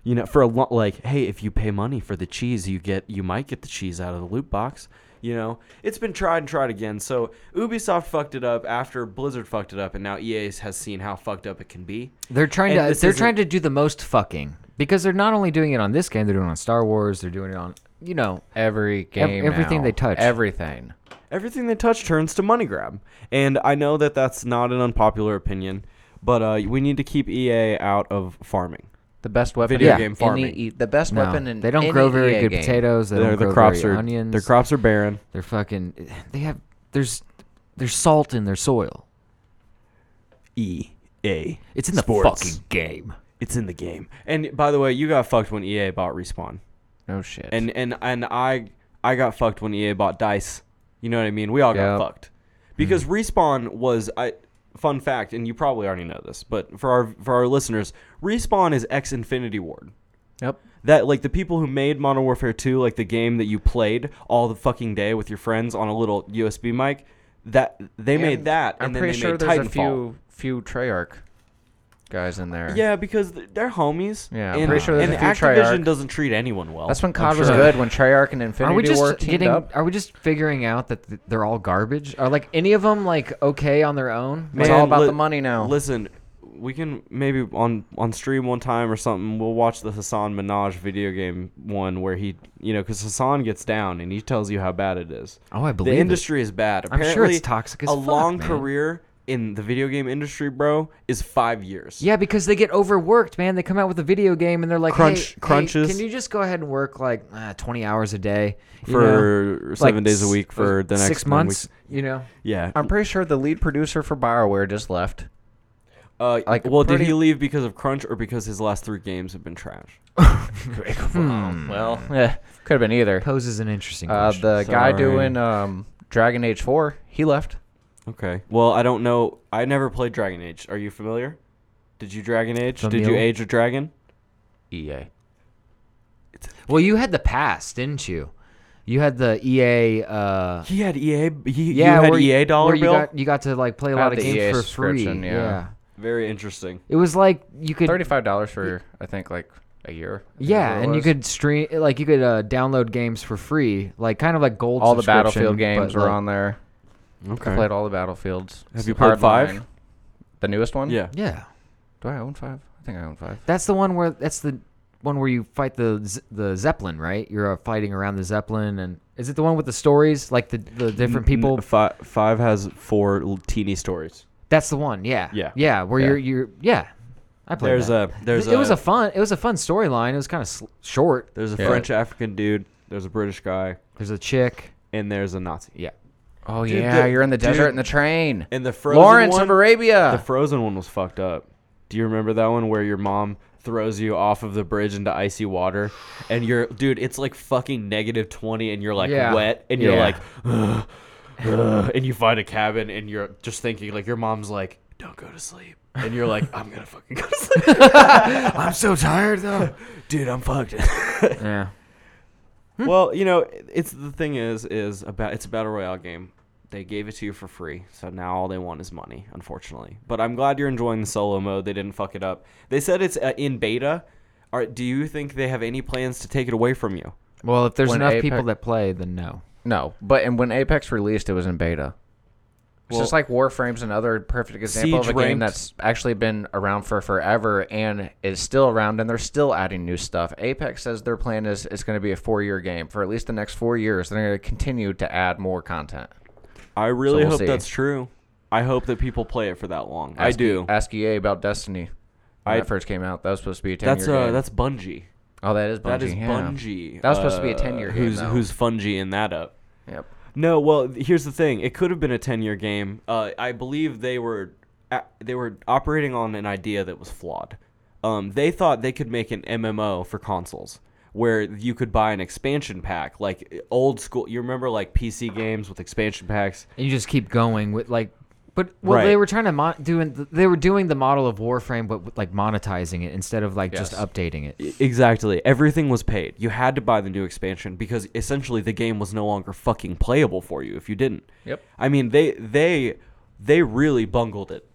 Speaker 3: You know, for a lot, like, hey, if you pay money for the cheese, you get you might get the cheese out of the loot box. You know, it's been tried and tried again. So Ubisoft fucked it up after Blizzard fucked it up, and now EA has seen how fucked up it can be.
Speaker 2: They're trying
Speaker 3: And
Speaker 2: to
Speaker 3: this
Speaker 2: they're
Speaker 3: isn't-
Speaker 2: trying to do the most fucking because they're not only doing it on this game, they're doing it on Star Wars, they're doing it on you know
Speaker 8: Every
Speaker 2: ev-
Speaker 8: game,
Speaker 2: everything
Speaker 8: now.
Speaker 2: they touch.
Speaker 8: everything.
Speaker 3: everything they touch turns to money grab. And I know that that's not an unpopular opinion, but uh, we need to keep EA out of farming.
Speaker 8: The best weapon.
Speaker 3: Video
Speaker 8: yeah.
Speaker 3: game
Speaker 8: any
Speaker 3: farming.
Speaker 8: E- the best
Speaker 2: No,
Speaker 8: weapon in
Speaker 2: they don't
Speaker 8: any
Speaker 2: grow very
Speaker 8: EA
Speaker 2: good
Speaker 8: game.
Speaker 2: potatoes. They
Speaker 3: Their
Speaker 2: don't
Speaker 3: the
Speaker 2: grow
Speaker 3: crops
Speaker 2: very
Speaker 3: are
Speaker 2: onions.
Speaker 3: their crops are barren.
Speaker 2: They're fucking. They have. There's. There's salt in their soil.
Speaker 3: EA.
Speaker 2: It's in the
Speaker 3: E Sports.
Speaker 2: fucking game.
Speaker 3: It's in the game. And by the way, you got fucked when EA bought Respawn.
Speaker 8: No shit.
Speaker 3: And and and I I got fucked when EA bought Dice. You know what I mean? We all got
Speaker 8: Yep. Mm-hmm.
Speaker 3: fucked. Because Respawn was I fun fact and you probably already know this, but for our for our listeners, Respawn is ex Infinity Ward.
Speaker 8: yep.
Speaker 3: that like the people who made Modern Warfare 2, like the game that you played all the fucking day with your friends on a little USB mic, that they made
Speaker 8: And
Speaker 3: that, and
Speaker 8: I'm
Speaker 3: then
Speaker 8: pretty
Speaker 3: they
Speaker 8: sure
Speaker 3: made
Speaker 8: there's
Speaker 3: Titanfall.
Speaker 8: a few few Treyarch guys in there.
Speaker 3: Yeah, because th- they're homies.
Speaker 8: Yeah, I'm
Speaker 3: and,
Speaker 8: pretty sure there's
Speaker 3: and
Speaker 8: a few
Speaker 3: Activision
Speaker 8: Treyarch.
Speaker 3: doesn't treat anyone well.
Speaker 8: That's when
Speaker 3: I'm
Speaker 8: COD was
Speaker 3: sure.
Speaker 8: good when Treyarch and Infinity
Speaker 2: Are we
Speaker 8: War
Speaker 2: just
Speaker 8: teamed
Speaker 2: getting?
Speaker 8: up.
Speaker 2: Are we just figuring out that th- they're all garbage? Are like any of them like okay on their own?
Speaker 8: It's all about the money now.
Speaker 3: Listen, we can maybe on on stream one time or something. We'll watch the Hassan Minaj video game one where he, you know, because Hassan gets down and he tells you how bad it is.
Speaker 2: Oh, I believe
Speaker 3: the
Speaker 2: it.
Speaker 3: industry is bad.
Speaker 2: I'm
Speaker 3: Apparently,
Speaker 2: sure it's toxic as
Speaker 3: a
Speaker 2: fuck,
Speaker 3: long
Speaker 2: man.
Speaker 3: career in the video game industry, bro, is five years.
Speaker 2: Yeah, because they get overworked, man. They come out with a video game and they're like,
Speaker 3: Crunch-
Speaker 2: hey, hey,
Speaker 3: crunches.
Speaker 2: can you just go ahead and work like uh, 20 hours a day you
Speaker 3: For
Speaker 2: know?
Speaker 3: seven days a
Speaker 2: s-
Speaker 3: week for the next
Speaker 2: six
Speaker 3: nine
Speaker 2: months? You know,
Speaker 3: Yeah.
Speaker 8: I'm pretty sure the lead producer for Bioware just left.
Speaker 3: Uh,
Speaker 8: like,
Speaker 3: well, did he
Speaker 8: pretty-
Speaker 3: leave because of crunch or because his last three games have been trash?
Speaker 8: Hmm.
Speaker 2: Um,
Speaker 8: Well, yeah, could have been either.
Speaker 2: poses an interesting
Speaker 8: Uh,
Speaker 2: question.
Speaker 8: the guy
Speaker 3: Sorry.
Speaker 8: doing um, Dragon Age 4, he left.
Speaker 3: Okay. Well, I don't know. I never played Dragon Age. Are you familiar? Did you Dragon Age? Did you
Speaker 2: Familiar?
Speaker 3: Age of Dragon?
Speaker 2: E
Speaker 8: EA.
Speaker 2: well, you had the pass, didn't you? You had the EA. Uh,
Speaker 3: He had EA. He,
Speaker 2: yeah,
Speaker 3: you had
Speaker 2: where
Speaker 3: EA dollar
Speaker 2: where you
Speaker 3: bill.
Speaker 2: got, you got to like play a
Speaker 8: I
Speaker 2: lot
Speaker 8: had
Speaker 2: of
Speaker 8: the
Speaker 2: games
Speaker 8: EA
Speaker 2: for free.
Speaker 8: subscription, yeah.
Speaker 3: Very interesting.
Speaker 2: it was like you could.
Speaker 8: $35 for, I think, like a year. I think is
Speaker 2: E yeah,
Speaker 8: what it
Speaker 2: and you
Speaker 8: was.
Speaker 2: could stream like you could uh, download games for free, like kind of like gold.
Speaker 8: All the
Speaker 2: subscription,
Speaker 8: Battlefield
Speaker 2: but,
Speaker 8: games were
Speaker 2: like-
Speaker 8: on there.
Speaker 3: Okay.
Speaker 8: I played all the Battlefields.
Speaker 3: Have you played five?
Speaker 8: Hardline. The newest one?
Speaker 3: Yeah.
Speaker 2: Yeah.
Speaker 8: Do I own 5? I think I own 5.
Speaker 2: That's the one where that's the one where you fight the z- the zeppelin, right? You're uh, fighting around the zeppelin, and is it the one with the stories, like the the different people?
Speaker 3: Five, five has four l- teeny stories.
Speaker 2: That's the one, yeah,
Speaker 3: Yeah.
Speaker 2: yeah. Where
Speaker 8: Yeah.
Speaker 2: you're you're yeah. I played
Speaker 3: There's
Speaker 2: that.
Speaker 3: a there's
Speaker 2: it was a
Speaker 3: a
Speaker 2: fun it was a fun storyline. It was kind of sl- short.
Speaker 3: there's a
Speaker 8: Yeah.
Speaker 3: French African dude. There's a British guy,
Speaker 2: There's a chick.
Speaker 3: and there's a Nazi.
Speaker 2: Yeah.
Speaker 8: Oh,
Speaker 3: Dude,
Speaker 8: yeah,
Speaker 3: the-
Speaker 8: you're in the
Speaker 3: dude.
Speaker 8: desert in the train.
Speaker 3: And the frozen
Speaker 8: Lawrence
Speaker 3: one,
Speaker 8: of Arabia.
Speaker 3: the frozen one was fucked up. Do you remember that one where your mom throws you off of the bridge into icy water, and you're dude, it's like fucking negative twenty, and you're like
Speaker 2: Yeah.
Speaker 3: wet, and you're
Speaker 2: Yeah.
Speaker 3: like, "Ugh, ugh," and you find a cabin, and you're just thinking like your mom's like, don't go to sleep, and you're like, I'm gonna fucking go
Speaker 2: [laughs]
Speaker 3: to sleep,
Speaker 2: I'm so tired though.
Speaker 3: dude, I'm fucked. [laughs]
Speaker 2: yeah. Hmm.
Speaker 3: well, you know, it's the thing is is about it's a battle royale game. They gave it to you for free, so now all they want is money. Unfortunately, but I'm glad you're enjoying the solo mode. They didn't fuck it up. They said it's uh, in beta. Are, do you think they have any plans to take it away from you?
Speaker 2: Well, if there's
Speaker 8: When
Speaker 2: enough
Speaker 8: Apex-
Speaker 2: people that play, then no.
Speaker 8: No, but and when Apex released, it was in beta. It's just like Warframe's another perfect example
Speaker 3: Siege
Speaker 8: of a
Speaker 3: ranked.
Speaker 8: game that's actually been around for forever and is still around, and they're still adding new stuff. Apex says their plan is it's going to be a four-year game for at least the next four years. They're going to continue to add more content.
Speaker 3: I really
Speaker 8: we'll
Speaker 3: hope
Speaker 8: see.
Speaker 3: that's true. I hope that people play it for that long. I
Speaker 8: Ask-
Speaker 3: do.
Speaker 8: Ask EA about Destiny. When
Speaker 3: I-
Speaker 8: that first came out, that was supposed to be a ten-year
Speaker 3: That's uh,
Speaker 8: game.
Speaker 3: that's Bungie.
Speaker 8: oh, that is Bungie.
Speaker 3: That is
Speaker 8: yeah.
Speaker 3: Bungie.
Speaker 8: That was supposed to be a
Speaker 3: uh,
Speaker 8: 10-year game,
Speaker 3: Who's
Speaker 8: though.
Speaker 3: who's Fungie in that up?
Speaker 8: Yep.
Speaker 3: No, well, th- here's the thing. It could have been a 10-year game. Uh, I believe they were a they were operating on an idea that was flawed. Um, they thought they could make an MMO for consoles where you could buy an expansion pack, like old school. You remember like PC games with expansion packs?
Speaker 2: And you just keep going with like, but well,
Speaker 3: Right.
Speaker 2: they were trying to mon- doing they were doing the model of Warframe, but with, like monetizing it instead of like just
Speaker 3: Yes.
Speaker 2: updating it.
Speaker 3: I- Exactly. Everything was paid. You had to buy the new expansion because essentially the game was no longer fucking playable for you if you didn't.
Speaker 8: Yep.
Speaker 3: I mean, they they they really bungled it.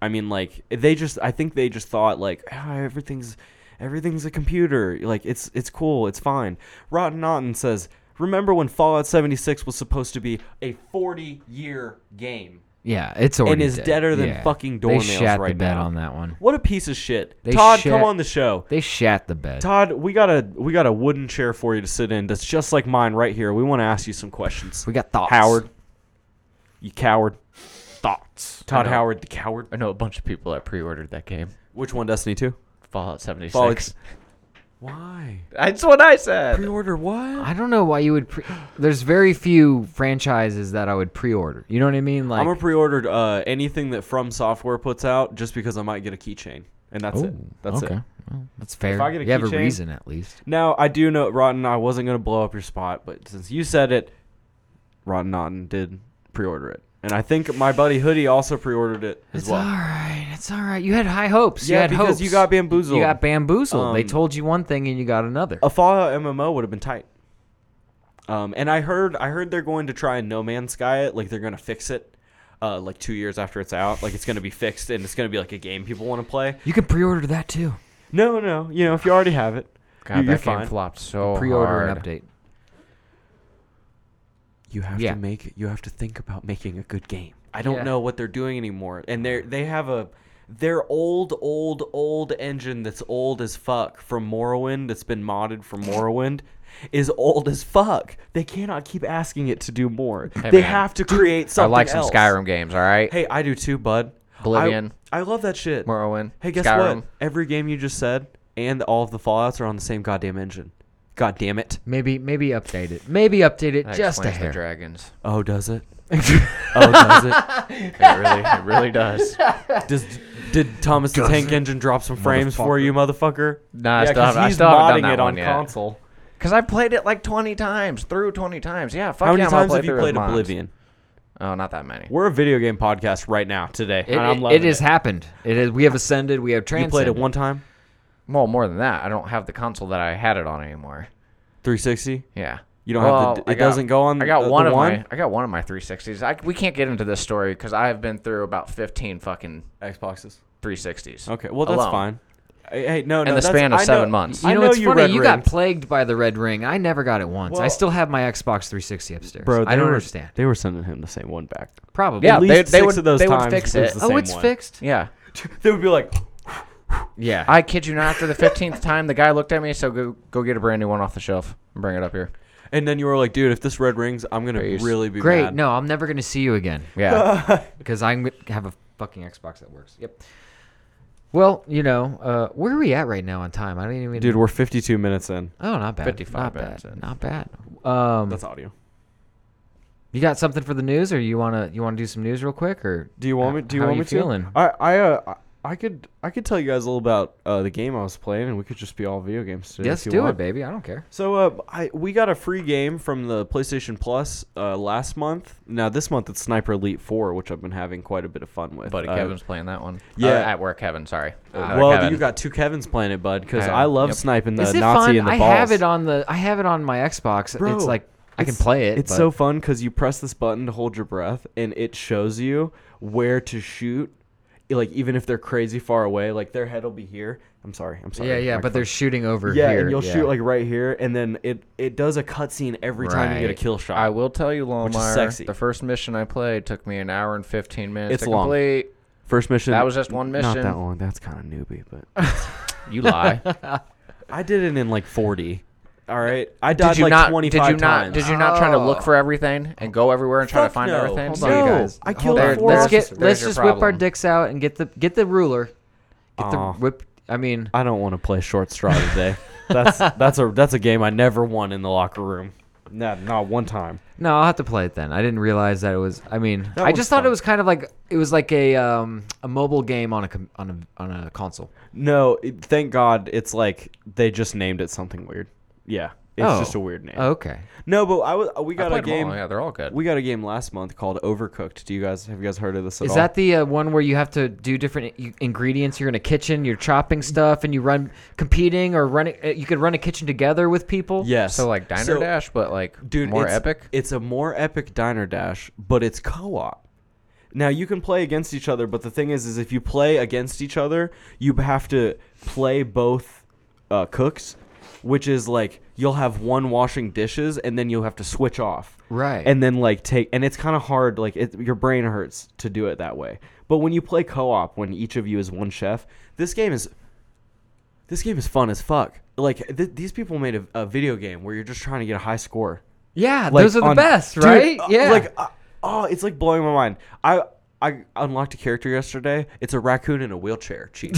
Speaker 3: I mean, like they just I think they just thought like "Ah, everything's everything's a computer. Like it's it's cool. It's fine. Rotten Naughton says, "Remember when Fallout 76 was supposed to be a 40-year game?"
Speaker 2: Yeah, it's already
Speaker 3: and is
Speaker 2: dead.
Speaker 3: deader than
Speaker 2: Yeah.
Speaker 3: fucking doornails
Speaker 2: They shat
Speaker 3: right
Speaker 2: the bed
Speaker 3: now.
Speaker 2: on that one.
Speaker 3: What a piece of shit.
Speaker 2: They
Speaker 3: Todd,
Speaker 2: shat-
Speaker 3: come on the show.
Speaker 2: They shat the bed.
Speaker 3: Todd, we got a we got a wooden chair for you to sit in. That's just like mine right here. We want to ask you some questions.
Speaker 2: We got thoughts.
Speaker 3: Howard, you coward.
Speaker 8: Thoughts.
Speaker 3: Todd
Speaker 8: I know-
Speaker 3: Howard, the coward.
Speaker 8: I know a bunch of people that pre-ordered that game.
Speaker 3: Which one, Destiny Two?
Speaker 8: Fallout 76.
Speaker 3: Fallout- Why?
Speaker 8: That's what I said.
Speaker 3: Pre-order what?
Speaker 2: I don't know why you would. Pre- There's very few franchises that I would pre-order. You know what I mean? Like
Speaker 3: I'm a pre-ordered uh, anything that From Software puts out, just because I might get a keychain, and that's
Speaker 2: Ooh,
Speaker 3: it. That's
Speaker 2: okay.
Speaker 3: it.
Speaker 2: Well, that's fair.
Speaker 3: I get a
Speaker 2: you have a
Speaker 3: keychain-
Speaker 2: reason at least.
Speaker 3: Now I do know, Rotten. I wasn't gonna blow up your spot, but since you said it, Rotten Naughton did pre-order it, and I think my buddy Hoodie also pre-ordered it as
Speaker 2: It's
Speaker 3: well.
Speaker 2: all right. It's all right. You had high hopes. you
Speaker 3: Yeah,
Speaker 2: had
Speaker 3: because
Speaker 2: hopes.
Speaker 3: you got bamboozled.
Speaker 2: You got bamboozled. they
Speaker 3: Um, Oh.
Speaker 2: told you one thing and you got another.
Speaker 3: a Fallout MMO would have been tight. Um, and I heard I heard they're going to try and No Man's Sky it, like they're going to fix it, uh, like two years after it's out, like it's going to be fixed and it's going to be like a game people want to play.
Speaker 2: you could pre-order that too.
Speaker 3: No, no, you know if you already have it,
Speaker 8: God,
Speaker 3: you- you're
Speaker 8: that game
Speaker 3: fine.
Speaker 8: flopped
Speaker 2: Oh,
Speaker 8: so
Speaker 2: Pre-order
Speaker 8: hard.
Speaker 2: an update.
Speaker 3: You have
Speaker 2: Yeah.
Speaker 3: to make you have to think about making a good game. Mm. I don't
Speaker 2: Yeah.
Speaker 3: know what they're doing anymore, and they are they have a their old old old engine that's old as fuck from Morrowind that's been modded [laughs] from Morrowind is old as fuck. They cannot keep asking it to do more. they
Speaker 8: man.
Speaker 3: have to create
Speaker 8: I
Speaker 3: something.
Speaker 8: like some
Speaker 3: else.
Speaker 8: Skyrim games, all right?
Speaker 3: Hey, I do too, bud. I-
Speaker 8: Oblivion.
Speaker 3: I, love that shit.
Speaker 8: Morrowind.
Speaker 3: Hey, guess
Speaker 8: Skyrim.
Speaker 3: what? Every game you just said and all of the Fallout's are on the same goddamn engine. God damn it.
Speaker 2: Maybe maybe update it. Maybe update it
Speaker 8: That
Speaker 2: just a
Speaker 8: explains
Speaker 2: hair.
Speaker 8: the dragons.
Speaker 3: Oh, does it? oh, does it?
Speaker 8: It really, it really does.
Speaker 3: [laughs] Does, did Thomas the Tank Engine drop some frames for you, motherfucker?
Speaker 8: Nah, I still
Speaker 3: 'cause
Speaker 8: haven't- I
Speaker 3: he's
Speaker 8: still haven't
Speaker 3: modding
Speaker 8: done that
Speaker 3: it on
Speaker 8: one yet.
Speaker 3: console.
Speaker 8: Because I played it like 20 times, through 20 times. Yeah, fuck
Speaker 3: How many
Speaker 8: yeah, I'm gonna
Speaker 3: times
Speaker 8: play
Speaker 3: have you
Speaker 8: through it
Speaker 3: played
Speaker 8: with mods.
Speaker 3: Oblivion?
Speaker 8: Oh, not that many.
Speaker 3: We're a video game podcast right now today,
Speaker 2: It,
Speaker 3: and I'm
Speaker 2: it-
Speaker 3: loving
Speaker 2: it has happened. It is. We have ascended. We have
Speaker 3: You
Speaker 2: transcended.
Speaker 3: played it one time,
Speaker 8: Well, more than that, I don't have the console that I had it on anymore.
Speaker 3: 360.
Speaker 8: Yeah.
Speaker 3: You don't
Speaker 8: Well,
Speaker 3: have the.
Speaker 8: I
Speaker 3: It doesn't go on.
Speaker 8: I got
Speaker 3: the- the
Speaker 8: one of
Speaker 3: one
Speaker 8: my. I got one of my 360s. I, we can't get into this story because I have been through about 15 fucking
Speaker 3: Xboxes.
Speaker 8: 360s.
Speaker 3: Okay, well that's
Speaker 8: alone.
Speaker 3: fine. Hey, Hey, no, no.
Speaker 8: In the
Speaker 3: that's-
Speaker 8: span of
Speaker 3: I know-
Speaker 8: seven months.
Speaker 2: You
Speaker 3: I
Speaker 2: know,
Speaker 3: know
Speaker 2: it's
Speaker 3: you
Speaker 2: funny.
Speaker 3: red
Speaker 2: You got
Speaker 3: ringed.
Speaker 2: plagued by the red ring. I never got it once. I
Speaker 3: Well-
Speaker 2: still have my Xbox 360 upstairs.
Speaker 3: Bro,
Speaker 2: I
Speaker 3: they
Speaker 2: don't
Speaker 3: were-
Speaker 2: understand.
Speaker 3: They were sending him the same one back.
Speaker 2: Probably.
Speaker 8: Yeah,
Speaker 3: At
Speaker 8: they-
Speaker 3: least
Speaker 8: they
Speaker 3: six
Speaker 8: would-
Speaker 3: of those
Speaker 8: they would
Speaker 3: times was
Speaker 8: fix it.
Speaker 3: the
Speaker 2: Oh,
Speaker 3: same
Speaker 2: it's
Speaker 3: one.
Speaker 2: fixed.
Speaker 8: Yeah.
Speaker 3: They would be like,
Speaker 2: Yeah.
Speaker 8: I kid you not. After the 15th [laughs] time, the guy looked at me. So go go get a brand new one off the shelf and bring it up here.
Speaker 3: and then you were like, dude, if this red rings, I'm gonna
Speaker 8: Peace.
Speaker 3: really be
Speaker 2: Great.
Speaker 3: Mad.
Speaker 2: No, I'm never gonna see you
Speaker 3: [laughs]
Speaker 2: again
Speaker 8: Yeah.
Speaker 2: because I'm gonna have a fucking Xbox that works. Yep. Well, you know, uh, where are we at right now on time? I don't even.
Speaker 3: dude, we're 52 minutes in.
Speaker 2: Oh, not bad. Not
Speaker 8: 55
Speaker 2: bad.
Speaker 8: minutes in.
Speaker 2: Not bad.
Speaker 8: Hmm.
Speaker 2: Um,
Speaker 3: That's audio.
Speaker 2: you got something for the news, or you wanna you wanna do some news real quick, or
Speaker 3: Do you want me?
Speaker 2: h-
Speaker 3: Do you
Speaker 2: how
Speaker 3: want
Speaker 2: you
Speaker 3: me
Speaker 2: feeling?
Speaker 3: to? I I uh, I could I could tell you guys a little about uh, the game I was playing, and we could just be all video games today.
Speaker 2: Yes,
Speaker 3: if you
Speaker 2: do
Speaker 3: want.
Speaker 2: it, baby. I don't care.
Speaker 3: So uh, I we got a free game from the PlayStation Plus uh, last month. Now this month it's Sniper Elite Four, which I've been having quite a bit of fun with.
Speaker 8: Buddy
Speaker 3: Uh,
Speaker 8: Kevin's playing that one.
Speaker 3: yeah. Uh,
Speaker 8: Uh, at work, Kevin. Sorry.
Speaker 2: uh,
Speaker 8: Another
Speaker 3: well,
Speaker 8: Kevin.
Speaker 3: you got two Kevin's playing it, bud, because
Speaker 8: Uh,
Speaker 3: I love
Speaker 8: yep.
Speaker 3: sniping the
Speaker 2: Is it
Speaker 3: Nazi
Speaker 2: fun?
Speaker 3: in the
Speaker 2: I
Speaker 3: balls.
Speaker 2: have it on the I have it on my Xbox.
Speaker 3: Bro,
Speaker 2: it's like I can
Speaker 3: it's-
Speaker 2: play it.
Speaker 3: It's
Speaker 2: but-
Speaker 3: so fun because you press this button to hold your breath, and it shows you where to shoot. Like even if they're crazy far away, like their head will be here. I'm sorry. I'm sorry.
Speaker 2: yeah, yeah. But
Speaker 3: microphone.
Speaker 2: they're shooting over
Speaker 3: yeah,
Speaker 2: here.
Speaker 3: and you'll
Speaker 2: yeah.
Speaker 3: shoot like right here, and then it it does a cutscene every time you get a
Speaker 8: Right.
Speaker 3: kill shot.
Speaker 8: I will tell you,
Speaker 3: Which is
Speaker 8: Lomar,
Speaker 3: sexy.
Speaker 8: the first mission I played took me an hour and 15 minutes
Speaker 3: It's
Speaker 8: to
Speaker 3: long.
Speaker 8: complete.
Speaker 3: First mission.
Speaker 8: That was just one
Speaker 3: Not
Speaker 8: mission.
Speaker 3: that long. That's kind of newbie, but
Speaker 8: [laughs] You
Speaker 3: [laughs]
Speaker 8: lie.
Speaker 3: I did it in like 40. All right, I died
Speaker 8: did you
Speaker 3: like
Speaker 8: not?
Speaker 3: 25
Speaker 8: Did you not?
Speaker 3: times.
Speaker 8: Did you not try to look for everything and go everywhere and try
Speaker 3: Fuck
Speaker 8: to find
Speaker 3: no.
Speaker 8: everything?
Speaker 3: Hold
Speaker 8: So
Speaker 3: on,
Speaker 8: you
Speaker 3: No,
Speaker 8: guys-
Speaker 3: I killed
Speaker 2: There-
Speaker 3: four
Speaker 2: let's
Speaker 3: officers.
Speaker 2: get let's
Speaker 8: your
Speaker 2: just whip our
Speaker 8: problem.
Speaker 2: dicks out and get the get the ruler, get
Speaker 3: Aw.
Speaker 2: the whip. I mean,
Speaker 3: I don't want to play short straw today. [laughs] that's that's a that's a game I never won in the locker room. No, not one time.
Speaker 2: no, I'll have to play it then. I didn't realize that it was. I mean, I
Speaker 3: one's
Speaker 2: just thought it
Speaker 3: fun.
Speaker 2: was kind of like it was like a um a mobile game on a com- on a on a console.
Speaker 3: No, it- thank God it's like they just named it something weird. Yeah, it's
Speaker 2: Oh.
Speaker 3: just a weird name.
Speaker 2: Oh, okay.
Speaker 3: No, but I was we
Speaker 2: I
Speaker 3: got a
Speaker 2: played 'em all.
Speaker 3: game.
Speaker 2: Yeah, they're all good.
Speaker 3: We got a game last month called Overcooked. Do you guys have you guys heard of this? At
Speaker 2: Is
Speaker 3: all?
Speaker 2: that the uh, one where you have to do different i- ingredients? You're in a kitchen, you're chopping
Speaker 3: Mm-hmm.
Speaker 2: stuff, and you run competing or running. uh, You could run a kitchen together with people.
Speaker 3: Yes.
Speaker 2: So like
Speaker 8: Diner
Speaker 3: So-
Speaker 8: Dash, but like
Speaker 3: dude
Speaker 8: more
Speaker 3: it's-
Speaker 8: epic.
Speaker 3: It's a more epic diner dash, but it's co-op. Now you can play against each other, but the thing is, is if you play against each other, you have to play both uh, cooks, which is like you'll have one washing dishes and then you'll have to switch off.
Speaker 2: Right.
Speaker 3: And then like take and it's kind of hard. Like it, your brain hurts to do it that way. But when you play co-op, when each of you is one chef, this game is this game is fun as fuck. Like th- these people made a, a video game where you're just trying to get a high score.
Speaker 2: Yeah,
Speaker 3: Like,
Speaker 2: those are the
Speaker 3: on-
Speaker 2: best,
Speaker 3: Dude,
Speaker 2: right?
Speaker 3: uh,
Speaker 2: yeah.
Speaker 3: Like uh, oh, it's like blowing my mind. I I unlocked a character yesterday. It's a raccoon in a wheelchair.
Speaker 2: [laughs]
Speaker 3: Cheat.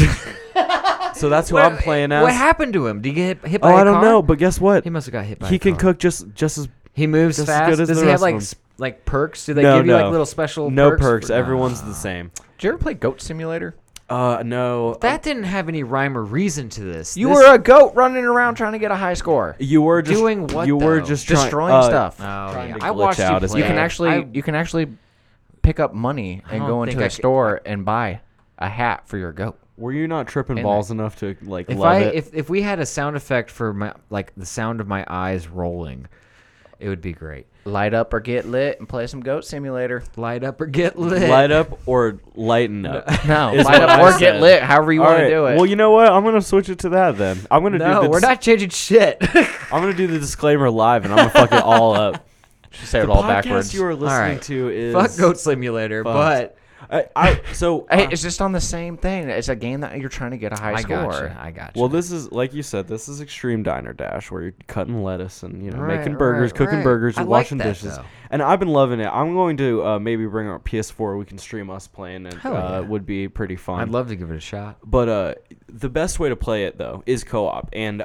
Speaker 3: so that's who I'm playing as.
Speaker 2: Eh, What happened to him? Did he get hit, hit
Speaker 3: Oh,
Speaker 2: by a
Speaker 3: I don't
Speaker 2: car?
Speaker 3: know, but guess what?
Speaker 2: He must have got hit by.
Speaker 3: He
Speaker 2: a
Speaker 3: can
Speaker 2: car.
Speaker 3: cook just just as
Speaker 2: He moves
Speaker 3: just
Speaker 2: fast.
Speaker 3: As good as
Speaker 2: Does
Speaker 3: the
Speaker 2: he have
Speaker 3: rest of
Speaker 2: like
Speaker 3: them.
Speaker 2: s- like perks? Do they give you like little special?
Speaker 3: no
Speaker 2: perks?
Speaker 3: perks?
Speaker 2: for-
Speaker 3: Everyone's
Speaker 2: Nah.
Speaker 3: the same.
Speaker 8: Did you ever play Goat Simulator?
Speaker 3: Uh, no.
Speaker 2: That didn't have any rhyme or reason to this.
Speaker 8: You
Speaker 2: This-
Speaker 8: were a goat running around trying to get a high score.
Speaker 3: you were just
Speaker 2: doing what,
Speaker 3: You were
Speaker 2: though?
Speaker 3: just trying-
Speaker 8: Destroying
Speaker 3: uh,
Speaker 8: stuff.
Speaker 2: Oh, yeah.
Speaker 3: to
Speaker 2: I
Speaker 3: glitch
Speaker 2: watched you
Speaker 3: out as
Speaker 2: play.
Speaker 8: you can
Speaker 2: it.
Speaker 8: actually
Speaker 2: I-
Speaker 8: you can actually pick up money
Speaker 2: I
Speaker 8: and
Speaker 2: don't
Speaker 8: go
Speaker 2: think
Speaker 8: into
Speaker 2: I
Speaker 8: a
Speaker 2: could-
Speaker 8: store and buy a hat for your goat.
Speaker 3: Were you not tripping
Speaker 8: And
Speaker 3: balls enough to like
Speaker 2: If
Speaker 3: love
Speaker 2: I
Speaker 3: it?
Speaker 2: if if we had a sound effect for my like the sound of my eyes rolling, it would be great.
Speaker 8: Light up or get lit and play some Goat Simulator.
Speaker 2: Light up or get lit.
Speaker 3: [laughs] light up or lighten up?
Speaker 2: [laughs]
Speaker 8: No,
Speaker 3: is
Speaker 8: light
Speaker 3: what
Speaker 8: up
Speaker 3: I
Speaker 8: or
Speaker 3: said.
Speaker 8: get lit. However you
Speaker 3: All
Speaker 8: want
Speaker 3: right,
Speaker 8: to do it.
Speaker 3: Well, you know what? I'm gonna switch it to that then. I'm gonna do
Speaker 2: No,
Speaker 3: the
Speaker 2: we're
Speaker 3: dis-
Speaker 2: not changing shit. [laughs]
Speaker 3: I'm gonna do the disclaimer live, and I'm gonna fuck it
Speaker 2: [laughs]
Speaker 3: all up.
Speaker 8: She said it
Speaker 3: the
Speaker 8: all
Speaker 3: podcast
Speaker 8: backwards.
Speaker 3: you are listening
Speaker 2: right.
Speaker 3: to is
Speaker 2: Fuck Goat Simulator,
Speaker 3: fucked.
Speaker 2: but
Speaker 3: I, I
Speaker 2: [laughs]
Speaker 3: so
Speaker 8: Hey, it's just on the same thing. It's a game that you're trying to get a high
Speaker 2: I
Speaker 8: score.
Speaker 2: got you. I got you.
Speaker 3: Well, this is like you said. This is extreme diner dash where you're cutting lettuce and you know
Speaker 2: Right,
Speaker 3: making burgers,
Speaker 2: right,
Speaker 3: cooking
Speaker 2: right.
Speaker 3: burgers,
Speaker 2: I
Speaker 3: and
Speaker 2: like
Speaker 3: washing
Speaker 2: that,
Speaker 3: dishes.
Speaker 2: though.
Speaker 3: And I've been loving it. I'm going to uh, maybe bring our PS4. We can stream us playing it.
Speaker 2: Hell yeah.
Speaker 3: uh, Would be pretty fun.
Speaker 2: I'd love to give it a shot.
Speaker 3: But uh, the best way to play it though is co-op. And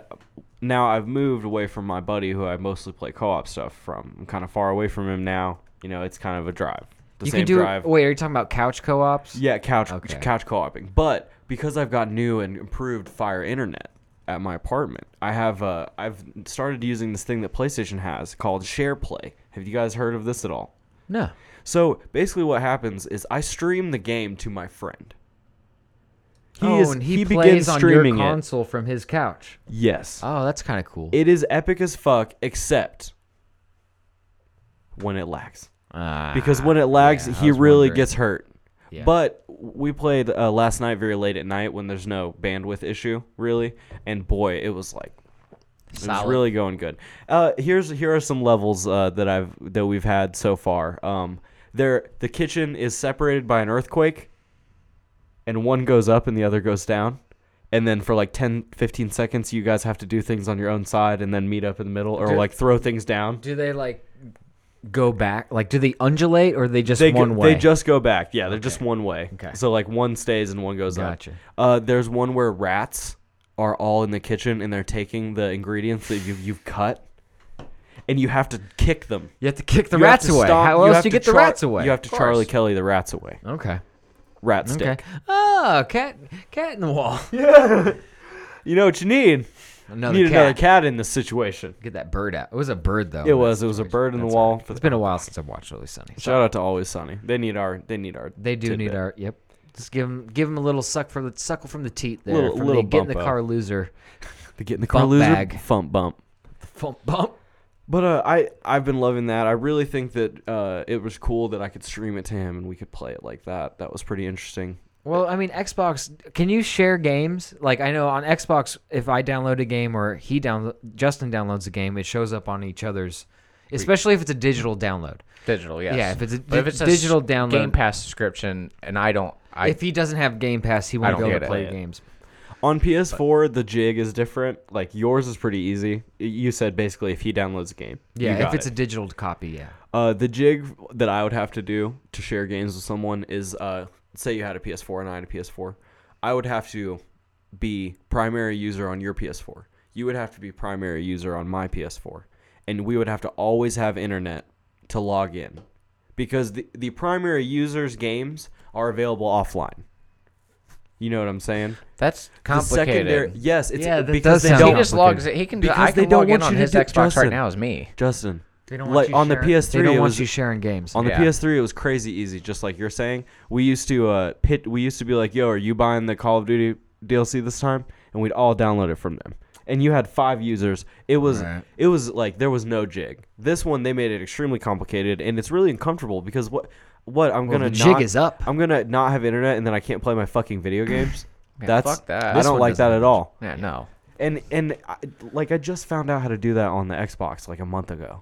Speaker 3: now I've moved away from my buddy who I mostly play co-op stuff from. I'm kind of far away from him now. You know, it's kind of a drive. The
Speaker 2: you
Speaker 3: same
Speaker 2: can do.
Speaker 3: drive.
Speaker 2: Wait, are you talking about couch co-ops?
Speaker 3: Yeah, couch
Speaker 2: Okay.
Speaker 3: couch co-oping. But because I've got new and improved fire internet at my apartment, I have uh, I've started using this thing that PlayStation has called SharePlay. Have you guys heard of this at all?
Speaker 2: No.
Speaker 3: So basically, what happens is I stream the game to my friend. He
Speaker 2: oh,
Speaker 3: is
Speaker 2: and
Speaker 3: he,
Speaker 2: he, plays
Speaker 3: begins
Speaker 2: on your
Speaker 3: streaming it.
Speaker 2: console from his couch.
Speaker 3: Yes,
Speaker 2: Oh, that's kind of cool.
Speaker 3: it is epic as fuck, except when it lags.
Speaker 2: Ah,
Speaker 3: because when it lags,
Speaker 2: yeah, I
Speaker 3: he
Speaker 2: was
Speaker 3: really
Speaker 2: wondering.
Speaker 3: gets hurt.
Speaker 2: Yeah.
Speaker 3: But we played uh, last night very late at night when there's no bandwidth issue, really, and boy, it was like it was
Speaker 2: Solid.
Speaker 3: really going good. Uh, here's here are some levels uh, that I've that we've had so far. Um, there, the kitchen is separated by an earthquake, and one goes up and the other goes down. And then for like 10, 15 seconds, you guys have to do things on your own side and then meet up in the middle or
Speaker 2: Dude.
Speaker 3: like throw things down.
Speaker 2: do they like go back? Like, do they undulate or they just
Speaker 3: they go-
Speaker 2: one way?
Speaker 3: They just go back. Yeah, they're just one way.
Speaker 2: Okay.
Speaker 3: So like one stays and one goes
Speaker 2: Gotcha.
Speaker 3: up. Uh, there's one where rats are all in the kitchen and they're taking the ingredients that you've, you've cut, and you have to kick them.
Speaker 2: You have to kick the
Speaker 3: You have
Speaker 2: rats
Speaker 3: to
Speaker 2: away.
Speaker 3: stomp-
Speaker 2: How else
Speaker 3: have
Speaker 2: do you
Speaker 3: to
Speaker 2: get the
Speaker 3: Char-
Speaker 2: rats away?
Speaker 3: You have to
Speaker 2: Of course.
Speaker 3: Charlie Kelly the rats away.
Speaker 2: Okay.
Speaker 3: Rat stick.
Speaker 2: Okay. Oh, cat, cat in the
Speaker 3: [laughs]
Speaker 2: wall.
Speaker 3: You know what you need?
Speaker 2: Another
Speaker 3: you need
Speaker 2: cat.
Speaker 3: another cat in this situation.
Speaker 2: Get that bird out. It was a bird though.
Speaker 3: It was. It was a bird in the wall.
Speaker 2: It's been a while since I've watched Always Sunny.
Speaker 3: Shout out to Always Sunny. They need our. They need our.
Speaker 2: They do need
Speaker 3: tidbit.
Speaker 2: our. Yep. Just give them, give them a little suck for the suckle from the teat there.
Speaker 3: Little-
Speaker 2: from
Speaker 3: little
Speaker 2: the get in the
Speaker 3: bump up.
Speaker 2: car loser.
Speaker 3: They get in the car.
Speaker 2: bump
Speaker 3: loser.
Speaker 2: bag.
Speaker 3: Fump bump.
Speaker 2: Bump bump.
Speaker 3: But uh, I I've been loving that. I really think that uh, it was cool that I could stream it to him and we could play it like that. That was pretty interesting.
Speaker 2: Well, I mean, Xbox. Can you share games? Like, I know on Xbox, if I download a game or he down Justin downloads a game, it shows up on each other's. Especially if it's a digital download.
Speaker 8: Digital, yes.
Speaker 2: Yeah, if it's a
Speaker 8: But
Speaker 2: di-
Speaker 8: s-
Speaker 2: digital download-
Speaker 8: Game Pass subscription, and I don't, I
Speaker 2: if he doesn't have Game Pass, he
Speaker 8: I
Speaker 2: won't
Speaker 8: don't
Speaker 2: be able
Speaker 8: get
Speaker 2: to
Speaker 8: it.
Speaker 2: play
Speaker 8: Yeah.
Speaker 2: games.
Speaker 3: On PS4, the jig is different. Like yours is pretty easy. Y- You said basically if he downloads a game, you
Speaker 2: Yeah, if
Speaker 3: got
Speaker 2: it's
Speaker 3: it.
Speaker 2: a digital copy, yeah.
Speaker 3: uh, the jig that I would have to do to share games with someone is uh, say you had a PS4 and I had a PS4, I would have to be primary user on your PS4. You would have to be primary user on my PS4, and we would have to always have internet to log in, because the the primary user's games are available offline. You know what I'm saying?
Speaker 8: That's
Speaker 3: The secondary-
Speaker 8: complicated.
Speaker 3: Yes, it's
Speaker 2: Yeah, that
Speaker 3: because
Speaker 2: does
Speaker 3: they
Speaker 2: sound
Speaker 3: don't.
Speaker 2: He just
Speaker 8: logs it. He can do-
Speaker 3: because
Speaker 8: I can
Speaker 3: they don't
Speaker 8: log in
Speaker 3: want
Speaker 8: on
Speaker 3: you to
Speaker 8: his
Speaker 3: do-
Speaker 8: Xbox right
Speaker 3: Justin,
Speaker 8: now is me.
Speaker 3: Justin.
Speaker 2: They don't want
Speaker 3: like
Speaker 2: you
Speaker 3: on the
Speaker 2: sharing-
Speaker 3: PS3,
Speaker 2: They don't
Speaker 3: it
Speaker 2: want
Speaker 3: was-
Speaker 2: you sharing games.
Speaker 3: On the
Speaker 8: Yeah.
Speaker 3: PS3, it was crazy easy, just like you're saying. We used to uh, pit. We used to be like, "Yo, are you buying the Call of Duty DLC this time?" And we'd all download it from them. And you had five users. It was it was like there was no jig. This one they made it extremely complicated, and it's really uncomfortable because what what I'm
Speaker 2: Well,
Speaker 3: gonna
Speaker 2: the
Speaker 3: not,
Speaker 2: jig is up.
Speaker 3: I'm gonna not have internet, and then I can't play my fucking
Speaker 2: [clears throat]
Speaker 3: video games.
Speaker 8: Man,
Speaker 3: That's
Speaker 8: fuck that.
Speaker 3: I
Speaker 8: This
Speaker 3: don't
Speaker 8: one
Speaker 3: like that
Speaker 2: doesn't
Speaker 3: at all.
Speaker 8: Yeah, no.
Speaker 3: And and I, like I just found out how to do that on the Xbox like a month ago,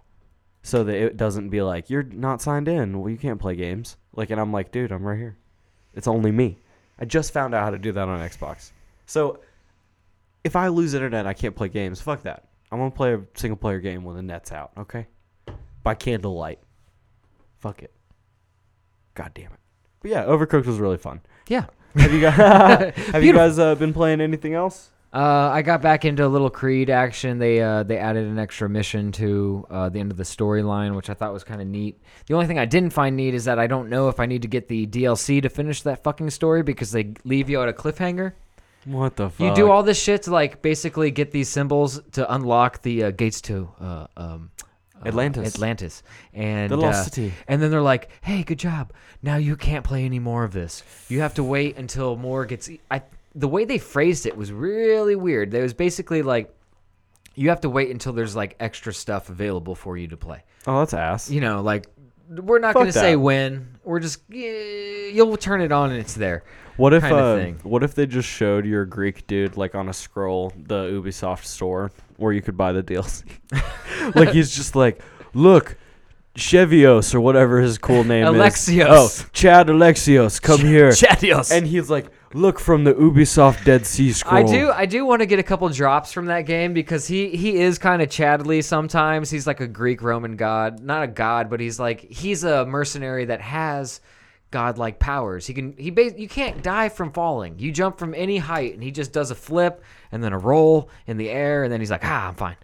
Speaker 3: so that it doesn't be like you're not signed in. Well, you can't play games. Like, and I'm like, dude, I'm right here. It's only me. I just found out how to do that on Xbox. So if I lose internet, I can't play games. Fuck that. I'm gonna play a single player game when the net's out. Okay, by candlelight. Fuck it. God damn it. But yeah, Overcooked was really fun.
Speaker 2: Yeah.
Speaker 3: Have you guys [laughs] have you guys uh, been playing anything else?
Speaker 2: Uh, I got back into a little Creed action. They uh, they added an extra mission to uh, the end of the storyline, which I thought was kind of neat. The only thing I didn't find neat is that I don't know if I need to get the DLC to finish that fucking story because they leave you at a cliffhanger.
Speaker 3: What the fuck?
Speaker 2: You do all this shit to like basically get these symbols to unlock the uh, gates to uh, um, uh,
Speaker 3: Atlantis.
Speaker 2: Atlantis, and
Speaker 3: The Lost
Speaker 2: uh,
Speaker 3: City.
Speaker 2: And then they're like, "Hey, good job. Now you can't play any more of this. You have to wait until more gets." e-" I the way they phrased it was really weird. They was basically like, "You have to wait until there's like extra stuff available for you to play."
Speaker 3: Oh, that's ass.
Speaker 2: You know, like we're not
Speaker 3: Fuck
Speaker 2: going to say
Speaker 3: that.
Speaker 2: when. We're just eh, you'll turn it on and it's there.
Speaker 3: What if
Speaker 2: kind of
Speaker 3: uh,
Speaker 2: thing.
Speaker 3: what if they just showed your Greek dude like on a scroll the Ubisoft store where you could buy
Speaker 2: [laughs]
Speaker 3: the DLC? like he's just like, look, Chevios or whatever his cool name
Speaker 2: Alexios.
Speaker 3: is. Oh, Chad Alexios, come here.
Speaker 2: Chatios.
Speaker 3: And he's like, look from the Ubisoft Dead Sea scroll.
Speaker 2: I do I do want to get a couple drops from that game because he he is kind of Chadley sometimes. He's like a Greek Roman god, not a god, but he's like he's a mercenary that has godlike powers. He can he bas- you can't die from falling. You jump from any height and he just does a flip and then a roll in the air and then he's like, "Ah, I'm fine."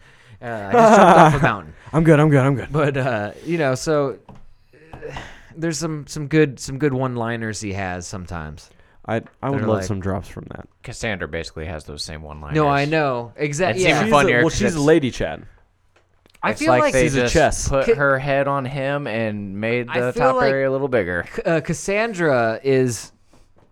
Speaker 2: Uh, I just jumped off
Speaker 8: [laughs]
Speaker 2: a mountain.
Speaker 3: I'm good. I'm good. I'm good.
Speaker 2: But uh, you know, so uh, there's some some good some good one-liners he has sometimes.
Speaker 3: I I would
Speaker 2: They're
Speaker 3: love
Speaker 2: like-
Speaker 3: some drops from that.
Speaker 8: Cassandra basically has those same one liners.
Speaker 2: No, I know. Exactly.
Speaker 8: It's
Speaker 2: Yeah.
Speaker 8: even funnier
Speaker 3: well,
Speaker 8: 'cause
Speaker 3: she's a
Speaker 8: it's-
Speaker 3: lady Chad.
Speaker 2: I
Speaker 8: It's
Speaker 2: feel
Speaker 8: like,
Speaker 2: like
Speaker 8: they
Speaker 3: She's a
Speaker 8: just
Speaker 3: chess.
Speaker 8: put
Speaker 2: Ca-
Speaker 8: her head on him and made
Speaker 2: I
Speaker 8: the
Speaker 2: feel
Speaker 8: top
Speaker 2: like-
Speaker 8: area a little bigger.
Speaker 2: C- uh, Cassandra is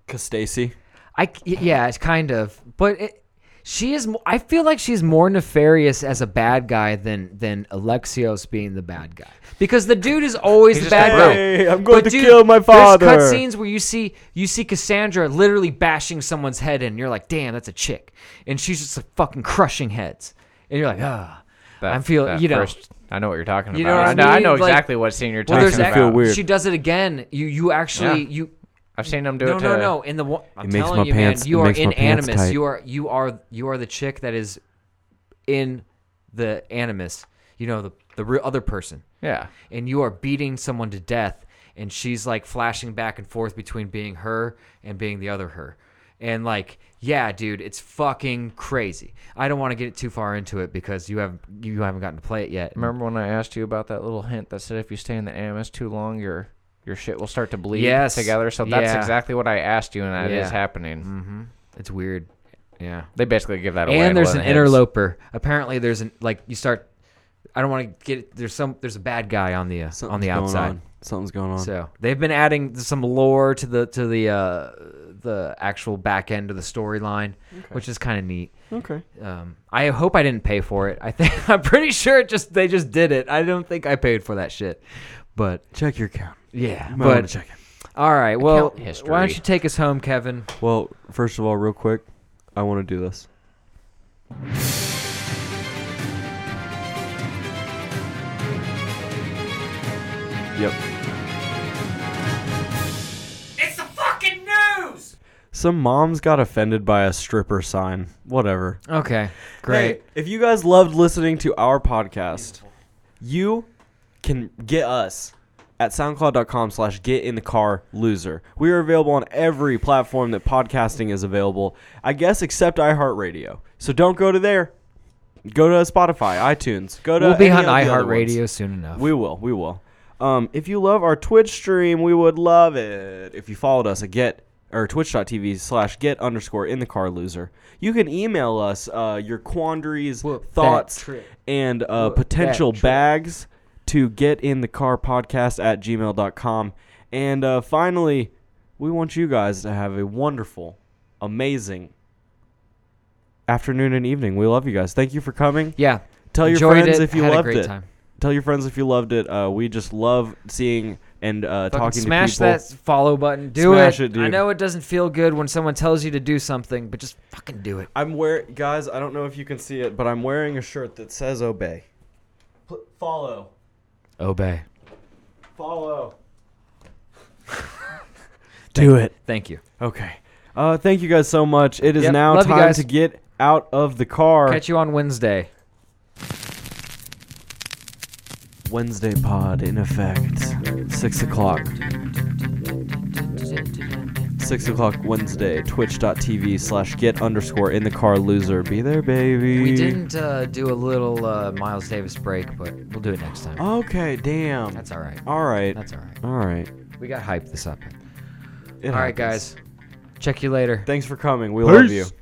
Speaker 3: Castacy.
Speaker 2: I c- yeah, it's kind of, but it, she is. mo- I feel like she's more nefarious as a bad guy than than Alexios being the bad guy because the dude is always
Speaker 8: He's
Speaker 2: the
Speaker 8: just
Speaker 2: bad
Speaker 8: like,
Speaker 2: guy.
Speaker 3: "Hey, I'm going
Speaker 2: But
Speaker 3: to kill my father."
Speaker 2: There's cutscenes where you see you see Cassandra literally bashing someone's head in. And you're like, damn, that's a chick, and she's just like fucking crushing heads, and you're like, ah,
Speaker 8: That-
Speaker 2: I'm feeling
Speaker 8: that
Speaker 2: you know.
Speaker 8: first- I know what you're talking about.
Speaker 2: You know what I
Speaker 8: I know, I
Speaker 2: mean?
Speaker 8: know
Speaker 2: Like-
Speaker 8: exactly what scene you're
Speaker 2: well,
Speaker 8: talking
Speaker 2: there's
Speaker 8: about.
Speaker 3: me feel weird.
Speaker 2: She does it again. You you actually
Speaker 8: Yeah.
Speaker 2: you
Speaker 8: I've seen them do
Speaker 2: no,
Speaker 8: it.
Speaker 2: no,
Speaker 8: to-
Speaker 2: no. In the one, I'm
Speaker 3: It makes
Speaker 2: telling
Speaker 3: my
Speaker 2: you,
Speaker 3: pants-
Speaker 2: man, you
Speaker 3: it
Speaker 2: are
Speaker 3: makes my
Speaker 2: in
Speaker 3: pants
Speaker 2: animus.
Speaker 3: tight.
Speaker 2: You are, you are, you are the chick that is in the animus. You know, the the re- other person,
Speaker 8: Yeah.
Speaker 2: and you are beating someone to death, and she's like flashing back and forth between being her and being the other her, and like, yeah, dude, it's fucking crazy. I don't want to get too far into it because you have you haven't gotten to play it yet.
Speaker 8: Remember when I asked you about that little hint that said if you stay in the animus too long, your your shit will start to bleed
Speaker 2: Yes.
Speaker 8: together? So that's
Speaker 2: Yeah.
Speaker 8: exactly what I asked you, and that is
Speaker 2: Yeah.
Speaker 8: happening.
Speaker 2: Mm-hmm. It's weird. Yeah.
Speaker 8: They basically give that away. in
Speaker 2: and there's
Speaker 8: one
Speaker 2: an
Speaker 8: of the hints.
Speaker 2: interloper. Apparently, there's an like you start. I don't want to get there's some there's a bad guy on the uh, on the
Speaker 3: going
Speaker 2: outside.
Speaker 3: on. Something's going on.
Speaker 2: So they've been adding some lore to the to the uh, the actual back end of the storyline, which is kind of neat.
Speaker 3: okay.
Speaker 2: Um, I hope I didn't pay for it. [laughs] I think I'm pretty sure it just they just did it. I don't think I paid for that shit. But
Speaker 3: Check your account.
Speaker 2: yeah,
Speaker 3: You might want
Speaker 2: but
Speaker 3: to check it.
Speaker 2: all right. Well,
Speaker 8: Account history.
Speaker 2: why don't you take us home, Kevin?
Speaker 3: Well, first of all, real quick, I want to do this. Yep.
Speaker 5: It's the fucking news!
Speaker 3: Some moms got offended by a stripper sign. Whatever.
Speaker 2: Okay, great.
Speaker 3: Hey, if you guys loved listening to our podcast, you can get us at soundcloud.com slash get in the car loser. We are available on every platform that podcasting is available, I guess except iHeartRadio. So don't go to there. Go to Spotify, iTunes. Go to
Speaker 2: We'll be
Speaker 3: uh, any
Speaker 2: on
Speaker 3: of the other ones.
Speaker 2: iHeartRadio soon enough.
Speaker 3: We will. We will. Um, if you love our Twitch stream, we would love it if you followed us at Get or twitch.tv slash get underscore in the car loser. You can email us uh, your quandaries, thoughts,
Speaker 2: trip.
Speaker 3: and uh,
Speaker 2: Whoop
Speaker 3: potential
Speaker 2: that trip.
Speaker 3: bags to get in the car podcast at gmail.com. And uh, finally, we want you guys to have a wonderful, amazing afternoon and evening. We love you guys. Thank you for coming.
Speaker 2: Yeah.
Speaker 3: Tell your
Speaker 2: Enjoyed
Speaker 3: friends
Speaker 2: it.
Speaker 3: if you
Speaker 2: Had a
Speaker 3: loved
Speaker 2: great
Speaker 3: it.
Speaker 2: time.
Speaker 3: Tell your friends if you loved it. Uh, we just love seeing and uh,
Speaker 2: Fucking
Speaker 3: talking
Speaker 2: smash
Speaker 3: to people.
Speaker 2: that follow button. Do
Speaker 3: Smash
Speaker 2: it.
Speaker 3: it, dude.
Speaker 2: I know it doesn't feel good when someone tells you to do something, but just fucking do it.
Speaker 3: I'm wearing, guys. I don't know if you can see it, but I'm wearing a shirt that says "Obey." P- follow,
Speaker 2: Obey. [laughs]
Speaker 3: follow.
Speaker 2: Do it. Thank you.
Speaker 3: Okay. Uh, thank you guys so much. It is
Speaker 2: Yep,
Speaker 3: now
Speaker 2: love you
Speaker 3: time
Speaker 2: guys.
Speaker 3: to get out of the car.
Speaker 2: Catch you on Wednesday.
Speaker 3: Wednesday pod in effect. Six o'clock. Six o'clock Wednesday. Twitch.tv slash get underscore in the car loser. Be there, baby.
Speaker 2: We didn't uh, do a little uh, Miles Davis break, but we'll do it next
Speaker 3: Oh.
Speaker 2: time.
Speaker 3: Okay. Damn.
Speaker 2: That's all right.
Speaker 3: all right.
Speaker 2: That's all right.
Speaker 3: all right.
Speaker 2: We got hyped this up.
Speaker 3: It
Speaker 2: all right,
Speaker 3: happens.
Speaker 2: guys. Check you later.
Speaker 3: Thanks for coming. We love you.